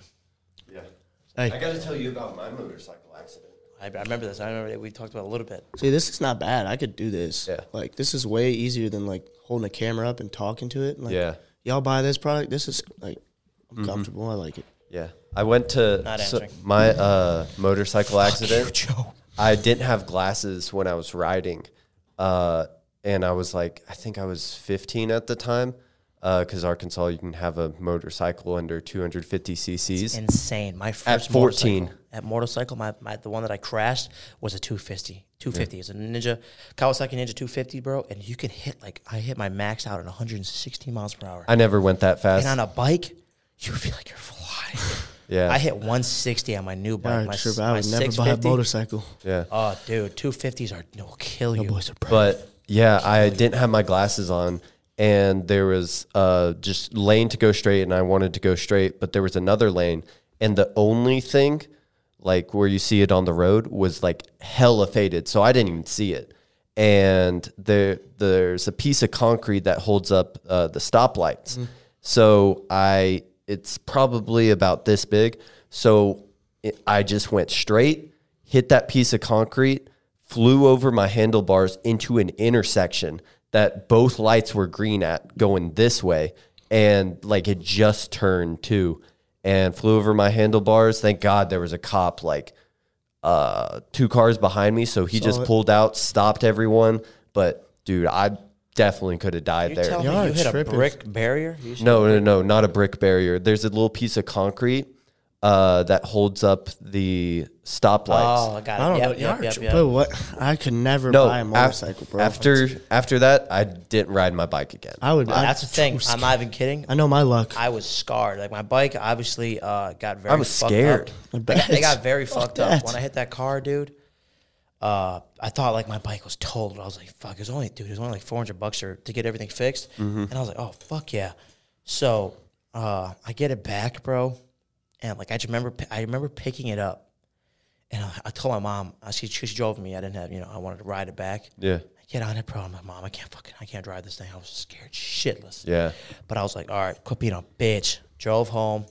[SPEAKER 2] Yeah.
[SPEAKER 5] Hey.
[SPEAKER 2] I got to tell you about my motorcycle accident.
[SPEAKER 3] I, I remember this. I remember that we talked about it a little bit.
[SPEAKER 5] See, this is not bad. I could do this.
[SPEAKER 2] Yeah.
[SPEAKER 5] Like this is way easier than like holding a camera up and talking to it. Like,
[SPEAKER 2] Yeah. Mm-hmm.
[SPEAKER 5] Y'all buy this product? This is like I'm comfortable. I like it.
[SPEAKER 2] Yeah. I went to
[SPEAKER 3] Not
[SPEAKER 2] so-
[SPEAKER 3] answering.
[SPEAKER 2] my uh, motorcycle accident.
[SPEAKER 3] Joe.
[SPEAKER 2] I didn't have glasses when I was riding. Uh, and I was like, I think I was 15 at the time. Because Arkansas, you can have a motorcycle under 250 cc's.
[SPEAKER 3] Insane. My first
[SPEAKER 2] At 14.
[SPEAKER 3] motorcycle- at motorcycle, my, my the one that I crashed was a 250. 250 is a Ninja Kawasaki Ninja 250, bro. And you can hit like I hit my max out at 160 miles per hour.
[SPEAKER 2] I never went that fast.
[SPEAKER 3] and on a bike, you feel like you're flying.
[SPEAKER 2] Yeah.
[SPEAKER 3] I hit 160 on my new bike.
[SPEAKER 5] All
[SPEAKER 3] my
[SPEAKER 5] right,
[SPEAKER 3] s-
[SPEAKER 5] sure, but
[SPEAKER 3] my
[SPEAKER 5] I would never buy a
[SPEAKER 3] 650.
[SPEAKER 5] motorcycle.
[SPEAKER 2] yeah.
[SPEAKER 3] Oh, dude, 250s are no kill you.
[SPEAKER 2] But yeah, I didn't have my glasses on, and there was uh, just lane to go straight, and I wanted to go straight, but there was another lane, and the only thing, like where you see it on the road, was like hella faded, so I didn't even see it. And there, there's a piece of concrete that holds up uh, the stoplights. So I, it's probably about this big. So it, I just went straight, hit that piece of concrete, flew over my handlebars into an intersection that both lights were green at going this way and like it just turned too and flew over my handlebars thank god there was a cop like uh two cars behind me so he just pulled out stopped everyone but dude i definitely could have died
[SPEAKER 3] You
[SPEAKER 2] there
[SPEAKER 3] tell
[SPEAKER 5] Y'all
[SPEAKER 3] me you
[SPEAKER 5] are
[SPEAKER 3] hit
[SPEAKER 5] tripping.
[SPEAKER 3] a brick barrier? You should-
[SPEAKER 2] no, no, no, not a brick barrier. There's a little piece of concrete uh, that holds up the stoplights.
[SPEAKER 3] Oh, I got it.
[SPEAKER 5] I don't
[SPEAKER 3] Yep,
[SPEAKER 5] know. Y'all
[SPEAKER 3] yep,
[SPEAKER 5] are
[SPEAKER 3] yep,
[SPEAKER 5] tri-
[SPEAKER 3] yep.
[SPEAKER 5] Bro, what? I could never
[SPEAKER 2] no,
[SPEAKER 5] buy a
[SPEAKER 2] af-
[SPEAKER 5] motorcycle, bro.
[SPEAKER 2] After after that, I didn't ride my bike again.
[SPEAKER 5] I would. I,
[SPEAKER 3] That's the thing. I'm not even kidding.
[SPEAKER 5] I know my luck.
[SPEAKER 3] I was scarred. Like my bike obviously uh, got very.
[SPEAKER 2] was
[SPEAKER 3] fucked
[SPEAKER 2] scared.
[SPEAKER 5] I
[SPEAKER 3] Up. They got- They
[SPEAKER 5] bet.
[SPEAKER 3] got very
[SPEAKER 5] Fuck
[SPEAKER 3] fucked up
[SPEAKER 5] that.
[SPEAKER 3] when I hit that car, dude. Uh, I thought like my bike was totaled. I was like, "Fuck!" It was only, dude. It was only like four hundred bucks or to get everything fixed. And I was like, "Oh fuck yeah!" So uh, I get it back, bro. And like I just remember, I remember picking it up, and I, I told my mom. uh, She she drove me. I didn't have, you know, I wanted to ride it back.
[SPEAKER 2] yeah,
[SPEAKER 3] I get on it, bro. I'm like, mom, I can't fucking, I can't drive this thing. I was scared shitless.
[SPEAKER 2] yeah,
[SPEAKER 3] But I was like, all right, quit being a bitch. Drove home,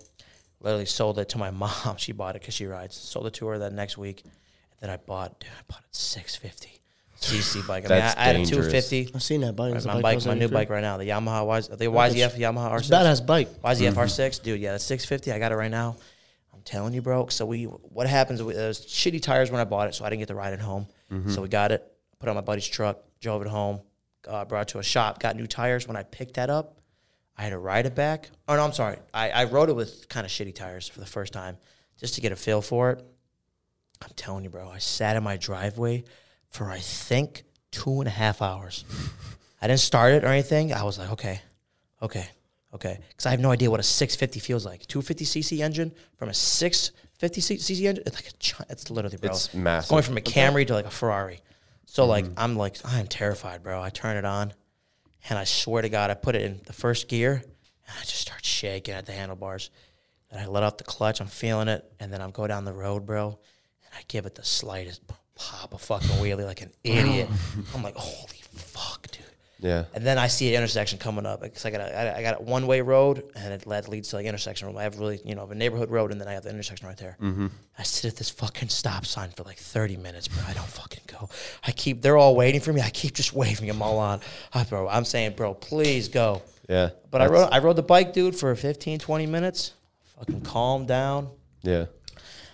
[SPEAKER 3] literally sold it to my mom. She bought it because she rides. Sold it to her that next week. And then I bought, dude, I bought a 650 cc bike. I mean, I,
[SPEAKER 2] That's
[SPEAKER 3] I had a
[SPEAKER 2] dangerous.
[SPEAKER 3] 250.
[SPEAKER 5] I've seen that bike. It's a
[SPEAKER 3] My
[SPEAKER 5] bike I
[SPEAKER 3] bike,
[SPEAKER 5] was
[SPEAKER 3] my
[SPEAKER 5] in
[SPEAKER 3] new
[SPEAKER 5] the crib.
[SPEAKER 3] bike right now, the Yamaha Yz, the YZF Yamaha
[SPEAKER 5] It's
[SPEAKER 3] R6.
[SPEAKER 5] a badass bike.
[SPEAKER 3] YZF R6, dude. Yeah, that's 650. I got it right now. I'm telling you, bro. So we, what happens? We, those shitty tires when I bought it, so I didn't get to ride it home. So we got it, put it on my buddy's truck, drove it home, uh, brought it to a shop, got new tires. When I picked that up, I had to ride it back. Oh no, I'm sorry. I, I rode it with kind of shitty tires for the first time, just to get a feel for it. I'm telling you, bro, I sat in my driveway for I think two and a half hours. I didn't start it or anything. I was like, okay, okay, okay, because I have no idea what a 650 feels like. 250 cc engine from a 650 cc engine. It's like a. chi- It's literally, bro.
[SPEAKER 2] It's massive.
[SPEAKER 3] going from a Camry to like a Ferrari. So like, I'm like, I am terrified, bro. I turn it on, and I swear to God, I put it in the first gear, and I just start shaking at the handlebars. And I let off the clutch. I'm feeling it, and then I'm go down the road, bro, and I give it the slightest p- pop a fucking wheelie like an idiot. I'm like, holy fuck, dude.
[SPEAKER 2] Yeah.
[SPEAKER 3] And then I see an intersection coming up because I got a, I- I got a one way road and it led, leads to like intersection road. I have really you know a neighborhood road and then I have the intersection right there.
[SPEAKER 2] Mm-hmm.
[SPEAKER 3] I sit at this fucking stop sign for like thirty minutes, bro. I don't fucking go. I keep they're all waiting for me. I keep just waving them all on, I, bro. I'm saying, bro, please go.
[SPEAKER 2] Yeah.
[SPEAKER 3] But I rode I rode the bike, dude, for 15, 20 minutes. Fucking calm down.
[SPEAKER 2] Yeah.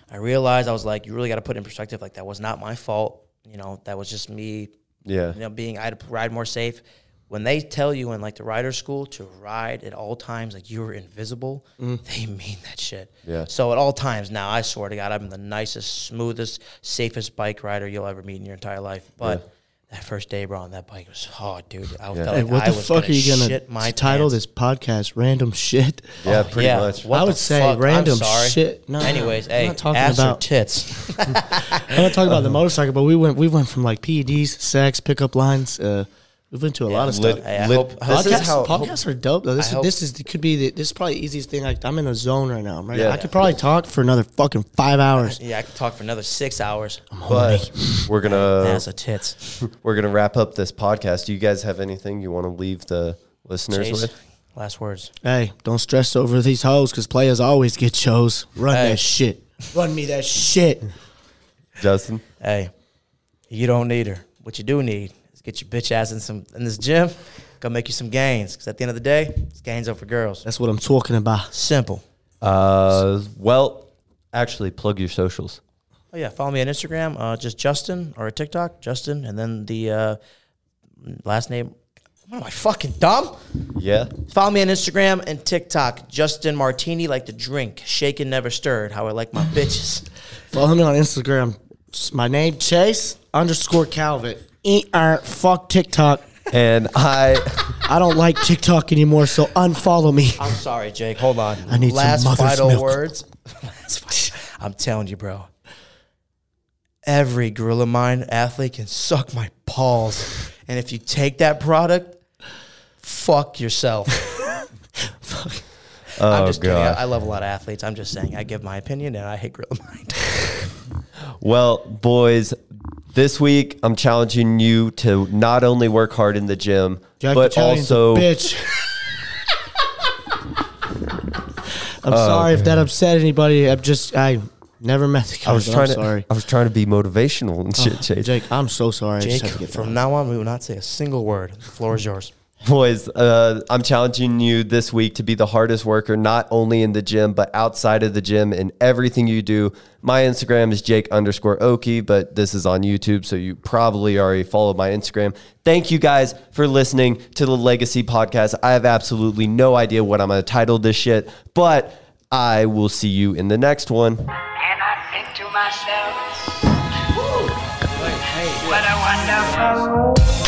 [SPEAKER 3] I realized I was like, you really got to put it in perspective. Like that was not my fault. You know, that was just me
[SPEAKER 2] Yeah.
[SPEAKER 3] you know, being I had to ride more safe. When they tell you in like the rider school to ride at all times, like you're invisible, they mean that shit.
[SPEAKER 2] Yeah.
[SPEAKER 3] So at all times now, I swear to God, I'm the nicest, smoothest, safest bike rider you'll ever meet in your entire life. But that first day, bro, on that bike was hard, dude. I felt
[SPEAKER 5] Hey,
[SPEAKER 3] like
[SPEAKER 5] what
[SPEAKER 3] I
[SPEAKER 5] the
[SPEAKER 3] was
[SPEAKER 5] fuck
[SPEAKER 3] gonna
[SPEAKER 5] are you gonna
[SPEAKER 3] shit my
[SPEAKER 5] title
[SPEAKER 3] pants.
[SPEAKER 5] this podcast? Random shit.
[SPEAKER 2] Yeah. Pretty
[SPEAKER 3] yeah.
[SPEAKER 2] much.
[SPEAKER 3] What
[SPEAKER 5] I
[SPEAKER 3] the
[SPEAKER 5] would say
[SPEAKER 3] fuck? I'm
[SPEAKER 5] random
[SPEAKER 3] sorry.
[SPEAKER 5] shit. No,
[SPEAKER 3] Anyways,
[SPEAKER 5] I'm
[SPEAKER 3] hey,
[SPEAKER 5] not talking
[SPEAKER 3] ass or
[SPEAKER 5] about-
[SPEAKER 3] tits.
[SPEAKER 5] I'm not talking about the motorcycle, but we went we went from like PEDs, sex, pickup lines. Uh, we went to a lot of
[SPEAKER 2] Lit-
[SPEAKER 5] stuff.
[SPEAKER 3] Hey, I
[SPEAKER 2] lit-
[SPEAKER 3] hope- I
[SPEAKER 2] this
[SPEAKER 5] podcasts,
[SPEAKER 2] is how
[SPEAKER 5] podcasts are dope though. This
[SPEAKER 3] I hope-
[SPEAKER 5] is, this is could be the, this is probably the easiest thing. Like I'm in a zone right now. I'm ready.
[SPEAKER 2] Yeah.
[SPEAKER 5] I could probably talk for another fucking five hours.
[SPEAKER 3] yeah, I could talk for another six hours.
[SPEAKER 2] but we're gonna
[SPEAKER 3] ass or tits.
[SPEAKER 2] we're gonna wrap up this podcast. Do you guys have anything you want to leave the listeners
[SPEAKER 3] Chase,
[SPEAKER 2] with?
[SPEAKER 3] last words.
[SPEAKER 5] Hey, don't stress over these hoes because players always get chose. Run
[SPEAKER 3] Hey.
[SPEAKER 5] that shit. Run me that shit.
[SPEAKER 2] Justin.
[SPEAKER 3] Hey, you don't need her. What you do need is get your bitch ass in some in this gym. Go make you some gains. Because at the end of the day, it's gains over girls.
[SPEAKER 5] That's what I'm talking about.
[SPEAKER 3] Simple.
[SPEAKER 2] Uh. Well, actually, plug your socials.
[SPEAKER 3] Oh yeah, follow me on Instagram. Uh, just Justin or TikTok, Justin, and then the uh, last name. What am I fucking dumb?
[SPEAKER 2] Yeah.
[SPEAKER 3] Follow me on Instagram and TikTok, Justin Martini, like the drink, shaken never stirred. How I like my bitches.
[SPEAKER 5] Follow me on Instagram. It's my name Chase underscore Calvin. Er, fuck TikTok.
[SPEAKER 2] And I.
[SPEAKER 5] I don't like TikTok anymore, so unfollow me.
[SPEAKER 3] I'm sorry, Jake. Hold on.
[SPEAKER 5] I need some
[SPEAKER 3] Last
[SPEAKER 5] mother's
[SPEAKER 3] final
[SPEAKER 5] milk.
[SPEAKER 3] words. Last fi- I'm telling you, bro. Every Gorilla Mind athlete can suck my balls, and if you take that product, fuck yourself. I'm just kidding. I, I love a lot of athletes. I'm just saying. I give my opinion, and I hate Gorilla Mind.
[SPEAKER 2] Well, boys, this week I'm challenging you to not only work hard in the gym,
[SPEAKER 5] Jack
[SPEAKER 2] but
[SPEAKER 5] Italian's a
[SPEAKER 2] also
[SPEAKER 5] bitch. I'm sorry if that upset anybody. I'm just I never met the guy.
[SPEAKER 2] I was trying
[SPEAKER 5] am
[SPEAKER 2] to
[SPEAKER 5] sorry. Oh.
[SPEAKER 2] I was trying to be motivational and shit, Chase.
[SPEAKER 5] Jake, I'm so sorry. I
[SPEAKER 3] Jake,
[SPEAKER 5] just had to get
[SPEAKER 3] from
[SPEAKER 5] from
[SPEAKER 3] now on, we will not say a single word. The floor is yours.
[SPEAKER 2] Boys, uh, I'm challenging you this week to be the hardest worker, not only in the gym, but outside of the gym in everything you do. My Instagram is Jake underscore Oki, but this is on YouTube, so you probably already followed my Instagram. Thank you guys for listening to the Legacy Podcast. I have absolutely no idea what I'm going to title this shit, but I will see you in the next one.
[SPEAKER 1] And I think to myself, Woo, what a wonderful world.